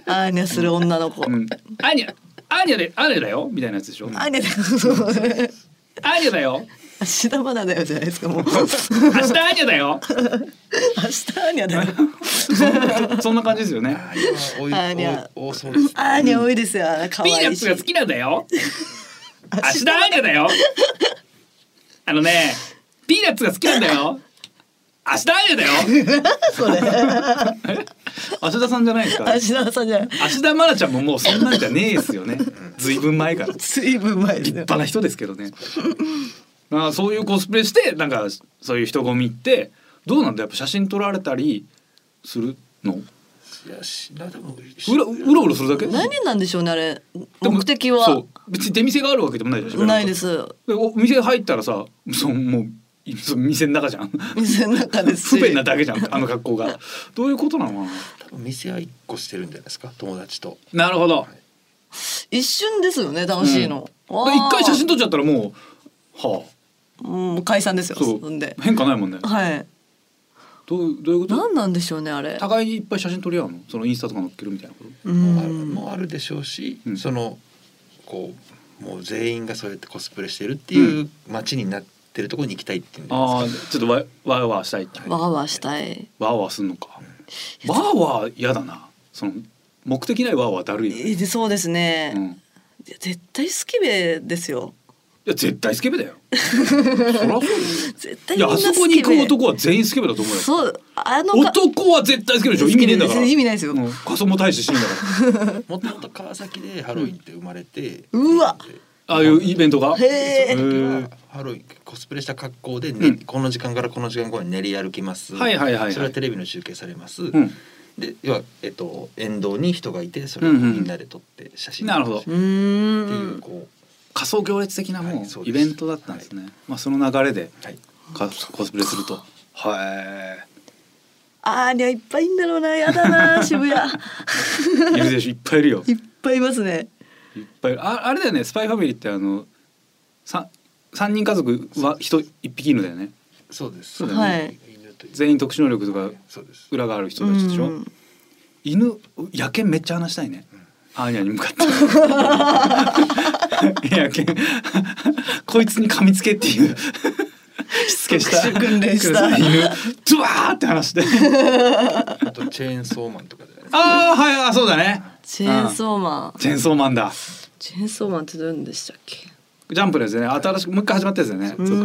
Speaker 3: アーニャする女の子。
Speaker 2: うんアーニャアーニャでアーニャだよみたいなやつでしょ、
Speaker 3: アーニャ。
Speaker 2: アーニャだ よ
Speaker 3: 芦田愛菜だよじゃないですかもう。明日
Speaker 2: 明日アーニャだよ
Speaker 3: アーニャだ よ。
Speaker 2: そんな感じですよね
Speaker 1: あー今
Speaker 3: あーにゃ
Speaker 1: 多い多い多そうです
Speaker 3: アーニャ多いですよ。可
Speaker 2: ピーナ
Speaker 3: 愛
Speaker 2: ッ
Speaker 3: い
Speaker 2: ツ
Speaker 3: し。
Speaker 2: が好きなんだ よ明日アーニャだよあのねピーナッツが好きなんだよ明日アーニャだよ
Speaker 3: それ。
Speaker 2: 芦田さんじゃないですか
Speaker 3: 芦田さんじゃない。
Speaker 2: 芦田愛菜ちゃんももうそんなんじゃねえですよ ねずいぶん前から立
Speaker 3: ずいぶん前ですね。
Speaker 2: 派な人ですけどねまあそういうコスプレしてなんかそういう人混み行ってどうなんだやっぱ写真撮られたりするの
Speaker 1: いやしなでも
Speaker 2: うらうろうろするだけ
Speaker 3: 何なんでしょうねあれ。
Speaker 2: でも
Speaker 3: 目的
Speaker 2: そ
Speaker 3: は
Speaker 2: う別に出店があるわけでもないじゃん
Speaker 3: ないです。
Speaker 2: でお店入ったらさそのもういその店の中じゃん
Speaker 3: 店の中ですし。
Speaker 2: 不便なだけじゃんあの格好 がどういうことなのか
Speaker 1: 多分店は一個してるんじゃないですか友達と
Speaker 2: ななるほど
Speaker 3: 一瞬ですよね楽しいの。
Speaker 2: で
Speaker 3: わー
Speaker 2: 一回写真。撮っちゃったらもうは
Speaker 3: うん解散です
Speaker 2: あ
Speaker 3: よ。
Speaker 2: そ
Speaker 3: そう
Speaker 2: うん
Speaker 3: で。
Speaker 2: 変化ないもんね
Speaker 3: はい。
Speaker 2: どうどういうこと
Speaker 3: 何なんでしょうねあれ。
Speaker 2: 互いにいっぱい写真撮り合うのそのインスタとか載っけるみたいなこと
Speaker 3: う
Speaker 1: もうある
Speaker 3: ん。
Speaker 1: もうあるでしょうし、
Speaker 2: うん
Speaker 1: そのこうもう全員がそうやってコスプレしてるっていう街になってるところに行きたいっていうんじゃない
Speaker 2: あ
Speaker 1: で
Speaker 2: あちょっとわわーわーしたいって
Speaker 3: わーわーしたい。
Speaker 2: わーわーすんのかわーわー嫌だなその目的ないわーわーだるいよね、
Speaker 3: えそうですね。
Speaker 2: うん、い
Speaker 3: いや絶対スケベですよ。
Speaker 2: や絶対スケ ベだよそりゃそうだよ
Speaker 3: 絶対
Speaker 2: い
Speaker 3: み
Speaker 2: や
Speaker 3: んな
Speaker 2: あ
Speaker 3: スケベ。
Speaker 2: そこに行く男は全員スケベだと思うよ
Speaker 3: そうあのか
Speaker 2: 男は絶対つけるでしょ意味ねえんだから
Speaker 3: 意味ないですよ
Speaker 2: うん、仮装も大して死んだか
Speaker 1: すかもともと川崎でハロウィンって生まれて、
Speaker 3: うわ
Speaker 1: で
Speaker 2: らああいうイベントが
Speaker 3: へ
Speaker 1: そ
Speaker 3: え。
Speaker 1: の時
Speaker 2: へえ
Speaker 1: はハロウィンコスプレした格好で、ね
Speaker 2: うん
Speaker 1: この時間からこの時間後に練り歩きます、
Speaker 2: はいはいはいはい
Speaker 1: それはテレビの中継されます、
Speaker 2: うん
Speaker 1: で要は、えっと、沿道に人がいてそれを
Speaker 2: うんうん
Speaker 1: みんなで撮って写真
Speaker 2: なるほど
Speaker 1: 撮っ
Speaker 3: う
Speaker 1: てってい
Speaker 3: ー。
Speaker 1: うんこ
Speaker 2: 仮装行列的なも
Speaker 1: は
Speaker 2: う
Speaker 1: いそう
Speaker 2: イ
Speaker 1: です
Speaker 2: ベントだったんですね、まあその流れで
Speaker 1: う、はい、
Speaker 2: かコスプレするとは
Speaker 3: あーにゃいっぱいいんだろうなやだな渋谷。
Speaker 2: いいるでしょいっぱいいるよ
Speaker 3: いっぱいいますね。
Speaker 2: いっぱいいるああれだよねスパイファミリーってあのさ三人家族は人一匹犬だよね
Speaker 1: そうです
Speaker 2: そう
Speaker 3: だねはい
Speaker 1: 犬という
Speaker 2: 全員特殊能力とか
Speaker 1: そうです
Speaker 2: 裏がある人
Speaker 3: う
Speaker 2: たちでしょ、
Speaker 3: ん。
Speaker 2: 犬野犬めっちゃ話したいね、アーニャに向かって 野犬こいつに噛みつけって いうしつけした
Speaker 3: 特殊訓 練した
Speaker 2: 犬ドワーって話 して
Speaker 1: あとチェーンソーマンとかじゃないですか
Speaker 2: ああはいあそうだね
Speaker 3: チェーンソーマン。
Speaker 2: チェーンソーマンだ
Speaker 3: チェーンソーマンって何でしたっけ。
Speaker 2: ジャンプですよね新しくもう一回始まったやつだよね続
Speaker 3: うん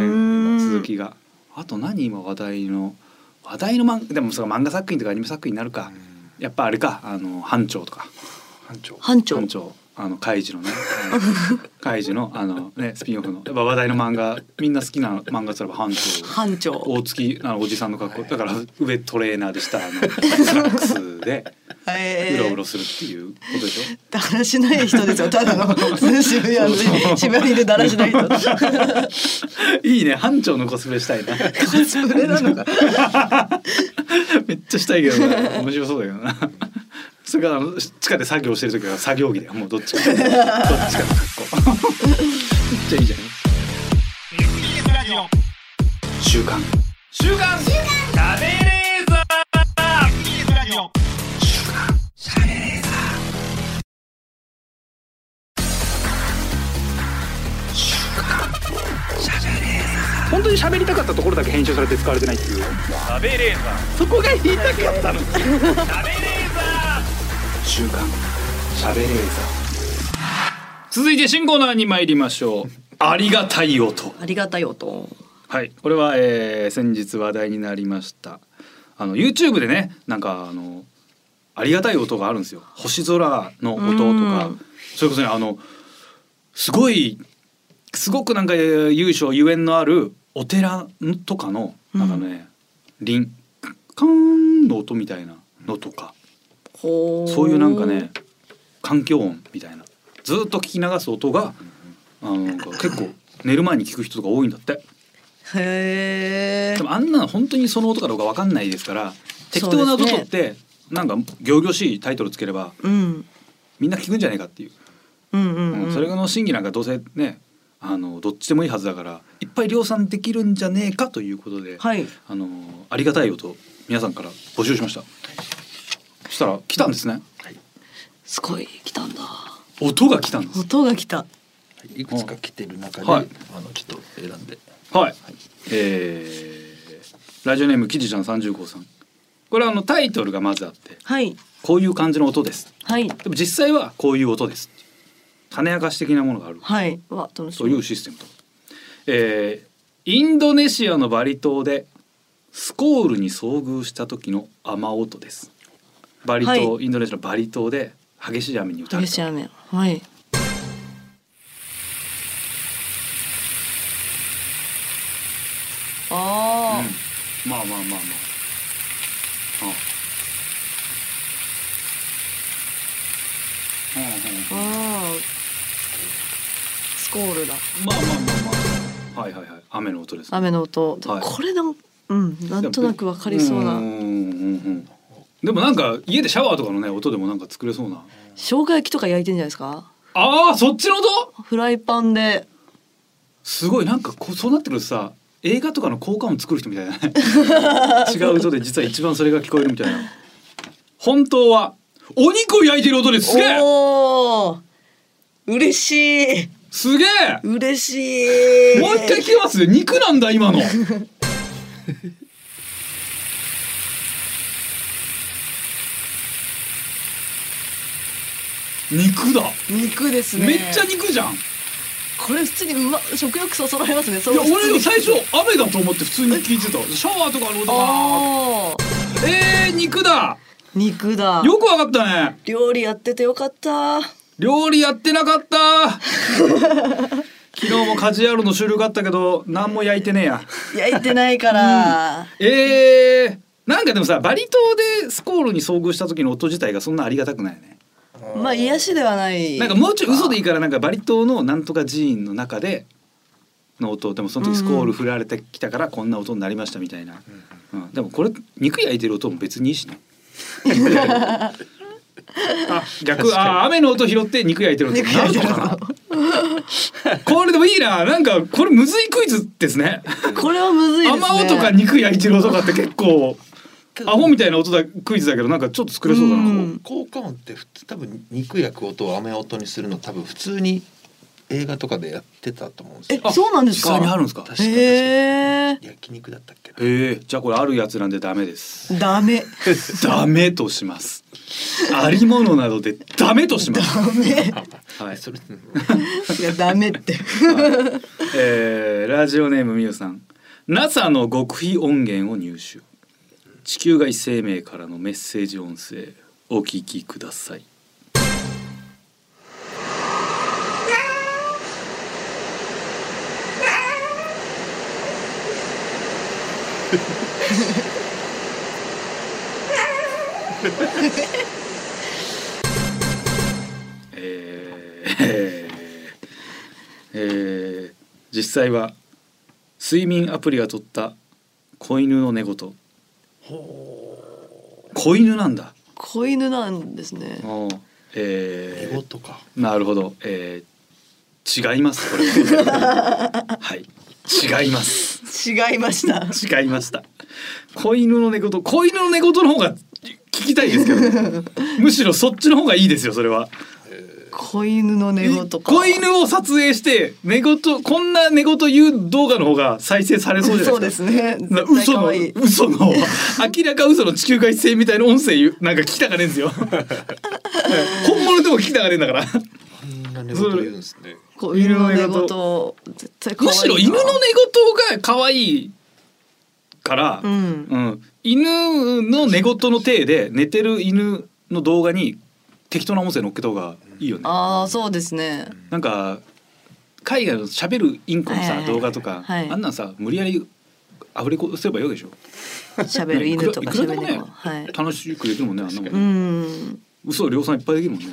Speaker 2: 編続きがあと何今話題の話題の漫画でもそう漫画作品とかアニメ作品になるかやっぱあれかあの班長とか
Speaker 1: 班長
Speaker 3: 班長
Speaker 2: 班。長あのカイジのね カイジのあのねスピンオフのやっぱ話題の漫画みんな好きな漫画といえば班長
Speaker 3: 班長。
Speaker 2: 大月あのおじさんの格好だから上トレーナーでしたあのスラックスで
Speaker 3: え
Speaker 2: うろうろ
Speaker 3: ー
Speaker 2: するっていうことでしょ、
Speaker 3: だらしない人ですよただの渋谷に渋谷にいるだらしない人。
Speaker 2: いいね班長のコスプレしたいな
Speaker 3: コスプレなのか。
Speaker 2: めっちゃしたいけどな面白そうだけどなそれからあの地下で作業してる時は作業着だよもうどっち かどっちかの格好めっちゃいいじゃん
Speaker 4: 週刊本当に喋りたかったところだけ編集されて使われてないっていう喋れーそこが言いたかったの喋れー週刊喋れー
Speaker 2: 続いて新コーナーに参りましょうありがたい音
Speaker 3: ありがたい音。
Speaker 2: はいこれは、えー先日話題になりましたあの YouTube でねなんかあのありがたい音があるんですよ星空の音とか
Speaker 3: うん
Speaker 2: それこそねあのすごいすごくなんかえー由緒ゆえんのあるお寺とかのなんかね、輪カーンの音みたいなのとか
Speaker 3: ほー
Speaker 2: そういうなんかね。環境音みたいなずーっと聞き流す音があのなんか結構寝る前に聞く人とか多いんだって
Speaker 3: へえ
Speaker 2: で。もあんなの本当にその音かどうかわかんないですから適当な音
Speaker 3: そう
Speaker 2: 取
Speaker 3: で
Speaker 2: って
Speaker 3: す
Speaker 2: なんか仰々しいタイトルつければ
Speaker 3: うん
Speaker 2: みんな聞くんじゃないかっていう、
Speaker 3: うんうん、
Speaker 2: う
Speaker 3: うんん、
Speaker 2: それの審議なんかどうせねあのどっちでもいいはずだからいっぱい量産できるんじゃねえかということで、
Speaker 3: はい
Speaker 2: あのありがたいこと皆さんから募集しましたそしたら来たんですね
Speaker 3: すごい来たんだ
Speaker 2: 音が来たんです
Speaker 3: 音が来た
Speaker 1: いいくつか来てる中で、
Speaker 2: はい
Speaker 1: あのちょっと選んで
Speaker 2: はい、えーラジオネームキジちゃん35さんこれはあのタイトルがまずあって
Speaker 3: はい
Speaker 2: こういう感じの音です
Speaker 3: はい
Speaker 2: でも実際はこういう音ですっていう種明かし的なものがある
Speaker 3: はいわ楽し
Speaker 2: というシステムと、えーインドネシアのバリ島でスコールに遭遇した時の雨音ですバリ島、
Speaker 3: はい
Speaker 2: インドネシアのバリ島で激しい雨に打たれ
Speaker 3: 激しい
Speaker 2: た
Speaker 3: 雨はいあー、
Speaker 2: うんまあまあまあまあああうんうん
Speaker 3: あースコールだ
Speaker 2: まあまあまあまあはいはいはい雨の音ですね
Speaker 3: 雨の音、
Speaker 2: はい
Speaker 3: これなんうんなんとなくわかりそう
Speaker 2: うん
Speaker 3: な
Speaker 2: うんうんでもなんか家でシャワーとかのね音でもなんか作れそうな
Speaker 3: 生姜焼きとか焼いてんじゃないですか
Speaker 2: ああそっちの音
Speaker 3: フライパンです
Speaker 2: ごいなんかこうそうなってくるとさ映画とかの効果音作る人みたいな ね違う音で実は一番それが聞こえるみたいな本当はお肉を焼いてる音ですすげえ
Speaker 3: おお嬉しい
Speaker 2: すげえ
Speaker 3: 嬉しい
Speaker 2: もう一回聞きます肉なんだ今の 肉だ
Speaker 3: 肉ですね
Speaker 2: めっちゃ肉じゃん
Speaker 3: これ普通にうま食欲そそられますねそ
Speaker 2: い
Speaker 3: れ
Speaker 2: や
Speaker 3: を
Speaker 2: 俺でも最初
Speaker 3: 普通に
Speaker 2: 雨だと思って普通に聞いてたシャワーとかの音かな
Speaker 3: あー
Speaker 2: えー、肉だ
Speaker 3: 肉だ
Speaker 2: よくわかったね
Speaker 3: 料理やっててよかった
Speaker 2: 料理やってなかった昨日もカジヤロの収録あったけど何も焼いてねえや
Speaker 3: 焼いてないから、
Speaker 2: えー、なんかでもさバリ島でスコールに遭遇した時の音自体がそんなありがたくないよね
Speaker 3: まあ癒しではない
Speaker 2: なんかもうちょい嘘でいいからなんかバリ島のなんとか寺院の中での音でもその時スコール振られてきたからこんな音になりましたみたいな、うんでもこれ肉焼いてる音も別にいい しねあ逆あ雨の音拾って肉焼いてる音
Speaker 3: 肉焼いてる音
Speaker 2: なるのかなこれでもいいななんかこれむずいクイズですね
Speaker 3: これはむずいですね
Speaker 2: 雨音か肉焼いてる音かって結構アホみたいな音だクイズだけどなんかちょっと作れそうだな、
Speaker 3: うん
Speaker 1: 効果音って普通多分肉焼く音を雨音にするの多分普通に映画とかでやってたと思うんですよ
Speaker 3: えそうなんです
Speaker 2: 実
Speaker 3: か
Speaker 2: 際にあるんですか
Speaker 1: 確かに、
Speaker 3: へえ
Speaker 1: 焼肉だったっけな
Speaker 2: へえじゃあこれあるやつなんでダメです
Speaker 3: ー、ダメ
Speaker 2: ダメとします。ありものなどでダメとします。
Speaker 3: ダメ
Speaker 2: はい。
Speaker 1: それ
Speaker 3: いやダメって
Speaker 2: えーラジオネームみゆさん。NASA の極秘音源を入手。地球外生命からのメッセージ音声お聞きください。えーえーえー実際は睡眠アプリが取った子犬の寝言子犬なんだ
Speaker 3: 子犬なんですね
Speaker 2: おー
Speaker 1: 英
Speaker 2: えー
Speaker 1: 語とか
Speaker 2: なるほど、えー違いますこれははい違います
Speaker 3: 違いました
Speaker 2: 違いました子犬の寝言子犬の寝言の方が聞きたいですけどねむしろそっちの方がいいですよそれは
Speaker 3: 子犬の寝言か
Speaker 2: 子犬を撮影して寝言こんな寝言言う動画の方が再生されそうじゃないですか
Speaker 3: そうですね
Speaker 2: な
Speaker 3: 絶対
Speaker 2: 嘘
Speaker 3: 可
Speaker 2: の
Speaker 3: 愛い
Speaker 2: 嘘 の明らか嘘の地球外生みたいな音声言うなんか聞きたかねえん ですよ本物でも聞きたかねえんだから
Speaker 1: あんな寝言言うんですね
Speaker 3: 子犬の寝言絶対可
Speaker 2: む
Speaker 3: 愛い
Speaker 2: しろ犬の寝言が可愛いから、
Speaker 3: う
Speaker 2: うん
Speaker 3: ん
Speaker 2: 犬の寝言の体で寝てる犬の動画に適当な音声乗っけた方がいいよね
Speaker 3: ああそうですね
Speaker 2: なんか海外の喋るインコの
Speaker 3: はい
Speaker 2: さ
Speaker 3: はいはい
Speaker 2: 動画とか、
Speaker 3: はい
Speaker 2: あんなんさ無理やりアフレコすればよいでしょ
Speaker 3: 喋る犬と
Speaker 2: い
Speaker 3: か
Speaker 2: くらいくら
Speaker 3: 喋
Speaker 2: で
Speaker 3: る
Speaker 2: もね
Speaker 3: 猫はい
Speaker 2: 楽しくできるもんねあんなもん
Speaker 3: う
Speaker 2: ね
Speaker 3: ん
Speaker 2: 嘘量産いっぱいでき るもんね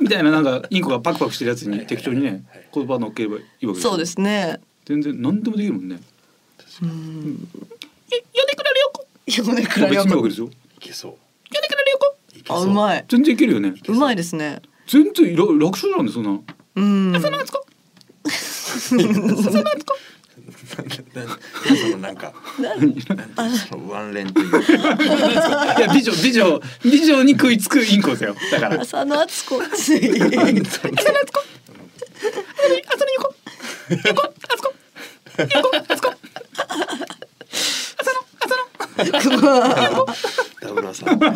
Speaker 2: みたいななんかインコがパクパクしてるやつに適当にね言葉乗っければいいわけしょ
Speaker 3: そうですね
Speaker 2: 全然何でもできるもんね米倉涼子
Speaker 3: 米倉
Speaker 2: 別に
Speaker 3: 涼
Speaker 2: いいわけ
Speaker 3: 子
Speaker 2: ですよ
Speaker 1: いけそ
Speaker 2: 米倉涼子
Speaker 1: ういけ
Speaker 3: あ
Speaker 1: そう
Speaker 3: うまい
Speaker 2: 全然いけるよね
Speaker 3: うまいですね
Speaker 2: 全然いら楽勝なんでそんな
Speaker 3: うん
Speaker 2: 敦子
Speaker 1: なんかそのなんかなんかそのワンレンというか
Speaker 2: いや美女美女美女に食いつくインコですよだから
Speaker 3: 浅野敦子 い
Speaker 1: そのダブルさん
Speaker 3: 田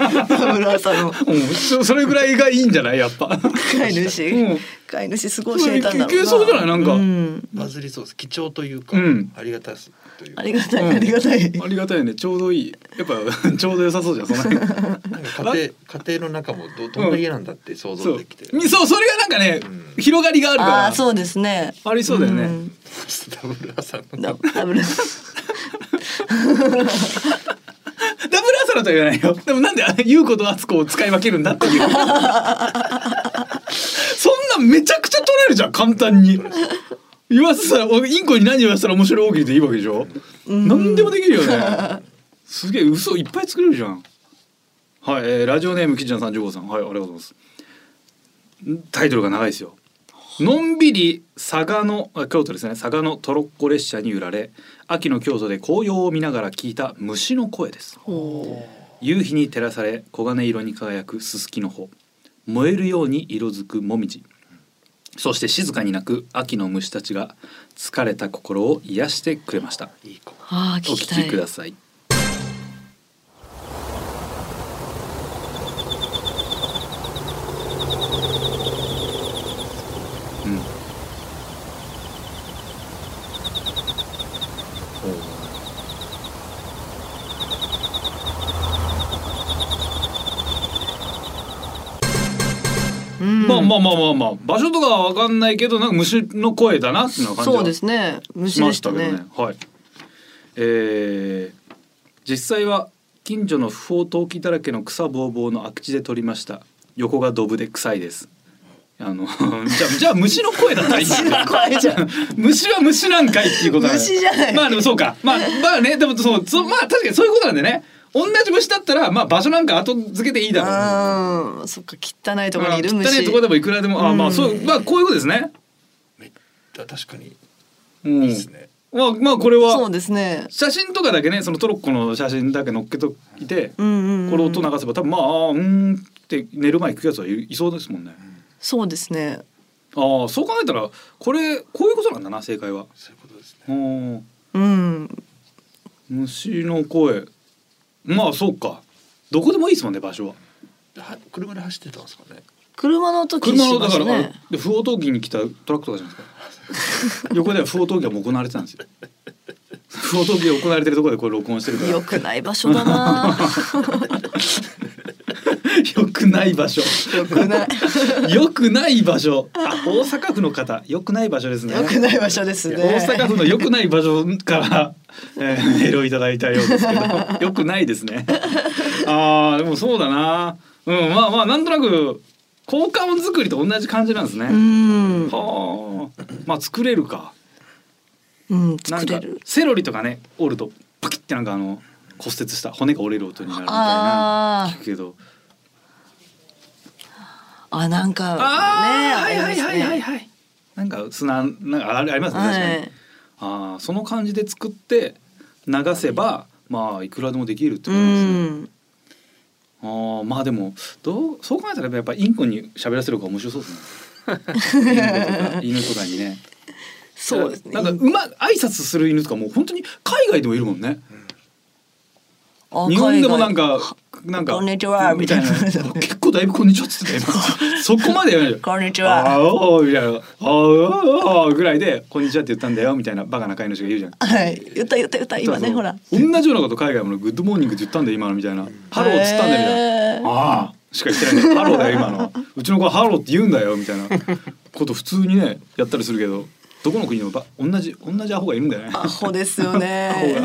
Speaker 3: 村浅野
Speaker 2: うんそそれぐらいがいいんじゃないやっぱ
Speaker 3: 飼い主、
Speaker 2: うん
Speaker 3: 飼い主すごい教えたんだろうな。
Speaker 2: いけそうじゃないなんか
Speaker 3: うん
Speaker 1: バズりそうです貴重というか、
Speaker 2: うん
Speaker 1: ありがたいというか
Speaker 3: ありがた
Speaker 2: うん
Speaker 3: いありがたい。
Speaker 2: ありがたいねちょうどいいやっぱ ちょうど良さそうじゃんその辺
Speaker 1: なんか家庭家庭の中もどどんな家なんだって想
Speaker 2: そ
Speaker 1: 像
Speaker 2: う
Speaker 1: できて、
Speaker 2: みそうそれがなんかね
Speaker 1: うん
Speaker 2: 広がりがあるから
Speaker 3: ああーそうですね。
Speaker 2: ありそうだよね
Speaker 3: ん。
Speaker 1: ダブルさん
Speaker 3: ダ
Speaker 1: の
Speaker 3: ダブル。
Speaker 2: ダブルアサラとは言わないよでもなんであ優子と敦子を使い分けるんだっていうそんなんめちゃくちゃ取れるじゃん簡単に言わせたらおインコに何言わせたら面白い大喜利でいいわけでしょ何でもできるよねすげえ嘘いっぱい作れるじゃんはい、えーラジオネームキッチン三十五さんはいありがとうございますんタイトルが長いですよのんびり佐賀のあ京都ですね佐賀のトロッコ列車に揺られ秋の京都で紅葉を見ながら聞いた虫の声です
Speaker 3: ほ
Speaker 2: 夕日に照らされ黄金色に輝くすすきの穂燃えるように色づくもみじそして静かに鳴く秋の虫たちが疲れた心を癒してくれました
Speaker 1: いい子
Speaker 3: うああ
Speaker 2: お
Speaker 3: 聞き
Speaker 2: 聞
Speaker 3: た
Speaker 2: き
Speaker 3: い。
Speaker 2: くださいうんおう
Speaker 3: うん
Speaker 2: まあまあまあまあまあ場所とかはわかんないけどなんか虫の声だなっていうのは感じは
Speaker 3: そうですね。
Speaker 2: し
Speaker 3: 虫
Speaker 2: ま
Speaker 3: で
Speaker 2: し
Speaker 3: したた
Speaker 2: けどね
Speaker 3: ね。
Speaker 2: はい。えー実際は近所の不法投棄だらけの草ぼうぼうの空き地で撮りました。横がドブで臭いです。あの じゃあじゃあ虫の声だったらいいんだけど
Speaker 3: 声じゃん。
Speaker 2: 虫は虫なんかいっていうことなんだ
Speaker 3: 虫じゃない
Speaker 2: まあでもそうか。まあまあねでもそうそうまあ確かにそういうことなんでね。同じ虫だったらまあ場所なんか後付けていいだろう。
Speaker 3: ああそっか汚いところにいる
Speaker 2: まあ汚
Speaker 3: 虫。
Speaker 2: いとこでもいくらでも、あまあそうまあこういうことですね。
Speaker 1: めっちゃ確かに
Speaker 2: うん。
Speaker 1: いいですね、
Speaker 2: まあまあこれは
Speaker 3: そうですね。
Speaker 2: 写真とかだけねそのトロッコの写真だけ載っけといて、
Speaker 3: うんうんうん。
Speaker 2: これ音流せば多分まああーうーんって寝る前に聞くやつはいいそうですもんね。
Speaker 3: そうですね。
Speaker 2: ああそう考えたらこれこういうことなんだな正解は。
Speaker 1: そういうことですね
Speaker 2: うん
Speaker 3: うん。
Speaker 2: 虫の声まあそうかどこでもいいですもんね場所は。
Speaker 1: は車で走ってたんですかね
Speaker 3: 車の音聞
Speaker 2: 車のだ
Speaker 3: きま
Speaker 2: か
Speaker 3: す
Speaker 2: ら、
Speaker 3: ね。
Speaker 2: あで不法投棄に来たトラックとかじゃないですか 横では不法投棄がもう行われてたんですよ。 不法投棄が行われてるところでこれ録音してるから
Speaker 3: 良くない場所だな。
Speaker 2: よくない場所。
Speaker 3: 良くない。
Speaker 2: よくない場所。あ、大阪府の方、よくない場所ですね。
Speaker 3: 良くない場所ですね。
Speaker 2: 大阪府のよくない場所 から、えー、メールをいただいたようですけど、よくないですね。ああ、でもそうだな。うん、まあまあ、なんとなく。効果音作りと同じ感じなんですね。
Speaker 3: うん。
Speaker 2: はあ、まあ、作れるか。
Speaker 3: うん、
Speaker 2: なん
Speaker 3: 作
Speaker 2: か
Speaker 3: れる。
Speaker 2: セロリとかね、折ると、パキってなんか、あの。骨折した骨が折れる音になるみたいな
Speaker 3: あ。ー
Speaker 2: 聞くけど。
Speaker 3: あ、なんか。ね、
Speaker 2: ああ、
Speaker 3: ありますね
Speaker 2: はいはいはいはいはい。なんか砂なんかあれありますね確かに。
Speaker 3: はい
Speaker 2: ああその感じで作って流せばまあいくらでもできるってこと
Speaker 3: う
Speaker 2: なんですね。
Speaker 3: ん。
Speaker 2: あーまあでもどうそう考えたらやっぱインコに喋らせる方が面白そうです ね。インコとか犬とかにね。
Speaker 3: そうですね。
Speaker 2: なんかうま挨拶する犬とかもう本当に海外でもいるもんね。
Speaker 3: あ
Speaker 2: 日本でもなん
Speaker 3: 海
Speaker 2: かなんか
Speaker 3: こんにちはみたいな
Speaker 2: 結構だいぶこんにちはっつってた 今そこまでやらないよ
Speaker 3: 外こんにち
Speaker 2: あ
Speaker 3: は。
Speaker 2: ーおーみたいな「あーおーぐらいで「こんにちは」って言ったんだよみたいなバカな飼い主がいるじゃん。
Speaker 3: はい、言った言った言った、今ね、
Speaker 2: そう
Speaker 3: ほら。
Speaker 2: 同じようなこと海外も「グッドモーニング」って言ったんだよ今のみたいな「ハロー」っつったんだよみたいな「
Speaker 3: へー
Speaker 2: ああ」しか言ってないね「ハローだよ今のうちの子はハローって言うんだよ」みたいなこと普通にねやったりするけどどこの国でもば同じ同じアホがいるんだよね。
Speaker 3: アホですよ
Speaker 2: アホが
Speaker 3: ね。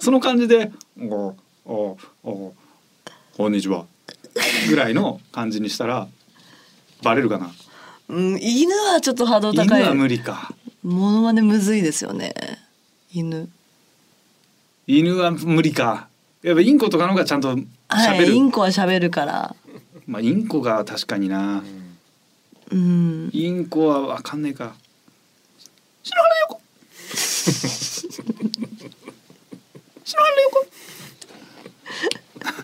Speaker 2: その感じで「おおおこんにちは」ぐらいの感じにしたらバレるかな。
Speaker 3: うん、犬はちょっと波動
Speaker 2: 犬
Speaker 3: 高い。
Speaker 2: は無理か。
Speaker 3: モノマネむずいですよね。犬。
Speaker 2: 犬は無理かやっぱインコとかの方がちゃんと喋る、
Speaker 3: はい、インコは喋るから。
Speaker 2: まあインコが確かにな、
Speaker 3: うん。
Speaker 2: インコはわかんねえか白原横白原横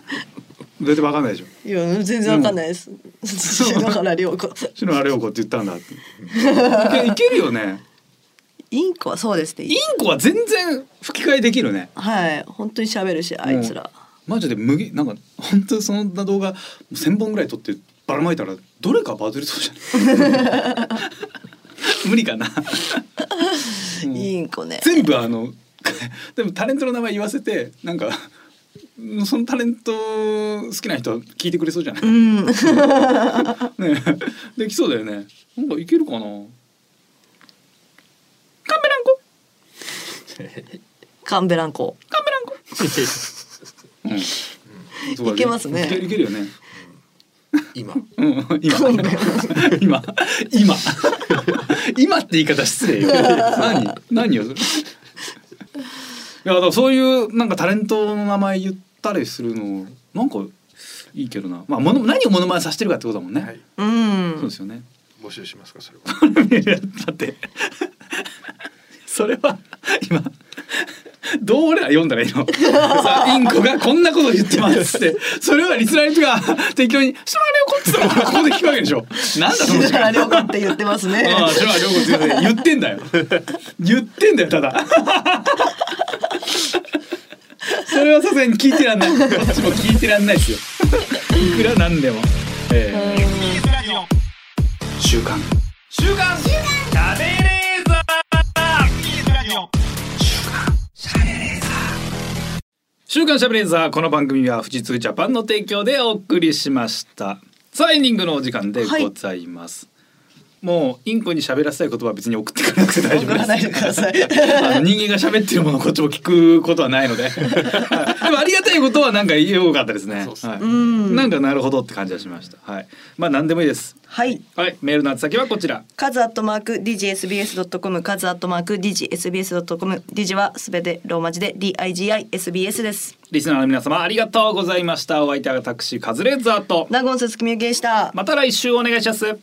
Speaker 2: だってわかんないでしょ
Speaker 3: いや全然わかんないです。だから涼子。
Speaker 2: 篠原涼子って言ったんだっていけいけるよね
Speaker 3: インコはそうですね
Speaker 2: イ。ンコは全然吹き替えできるね
Speaker 3: はい、本当に喋るしあいつら。
Speaker 2: マジで無限なんか本当にそんな動画1,000本ぐらい撮ってばらまいたらどれかバズりそうじゃない無理かなうん
Speaker 3: インコね。
Speaker 2: 全部あのでもタレントの名前言わせてなんかそのタレント好きな人は聞いてくれそうじゃない、
Speaker 3: う
Speaker 2: ね
Speaker 3: ん。
Speaker 2: えできそうだよねなんかいけるかなカンベランコ
Speaker 3: カンベランコ。
Speaker 2: カンベランコ、うんそうだ
Speaker 3: いけますね
Speaker 2: いけるいけるよね
Speaker 1: 今
Speaker 2: うん今 今今今って言い方失 礼よ何何 よそれいやだからそういうなんかタレントの名前言ったりするのなんかいいけどなまあもの何をモノマネさせてるかってことだもんね、
Speaker 1: はい
Speaker 3: うん。
Speaker 2: そうですよね
Speaker 1: 募集しますかそれは。
Speaker 2: いやだって それは今どう俺ら読んだらいいの さあインコがこんなこと言ってますってそれはリスナーの人が適当に「シロアレオコ」っつったらここで聞くわけでしょなんだその
Speaker 3: 篠
Speaker 2: 時間
Speaker 3: 原涼子って言ってますね。
Speaker 2: ああ、それは両方強い言ってんだよ。言ってんだよ、ただ。それはさすがに聞いてらんない。こっちも聞いてらんないですよ。いくらなんでも。ええ週刊。週刊。週刊。食べレーザ週刊シャブレーザーこの番組は富士通ジャパンの提供でお送りしましたさあエンディングのお時間でございます、もうインコに喋らせたいことは別に送ってくれなくて大丈夫で
Speaker 3: 送ら
Speaker 2: す
Speaker 3: ないでください。
Speaker 2: あの人間が喋ってるものをこっちも聞くことはないので はいでもありがたいことはなんか良かったですね
Speaker 1: そうですね
Speaker 2: はい
Speaker 3: ん
Speaker 2: なんかなるほどって感じがしましたはいまあ何でもいいです
Speaker 3: はい。
Speaker 2: はいメールの宛先はこちら
Speaker 3: カズアットマーク digsbs.com カズアットマーク digsbs.com ディジはすべてローマ字で digisbs です。
Speaker 2: リスナーの皆様ありがとうございましたお相手は私カズレーザーと
Speaker 3: ナゴンススキミュウゲイでした。
Speaker 2: また来週お願いします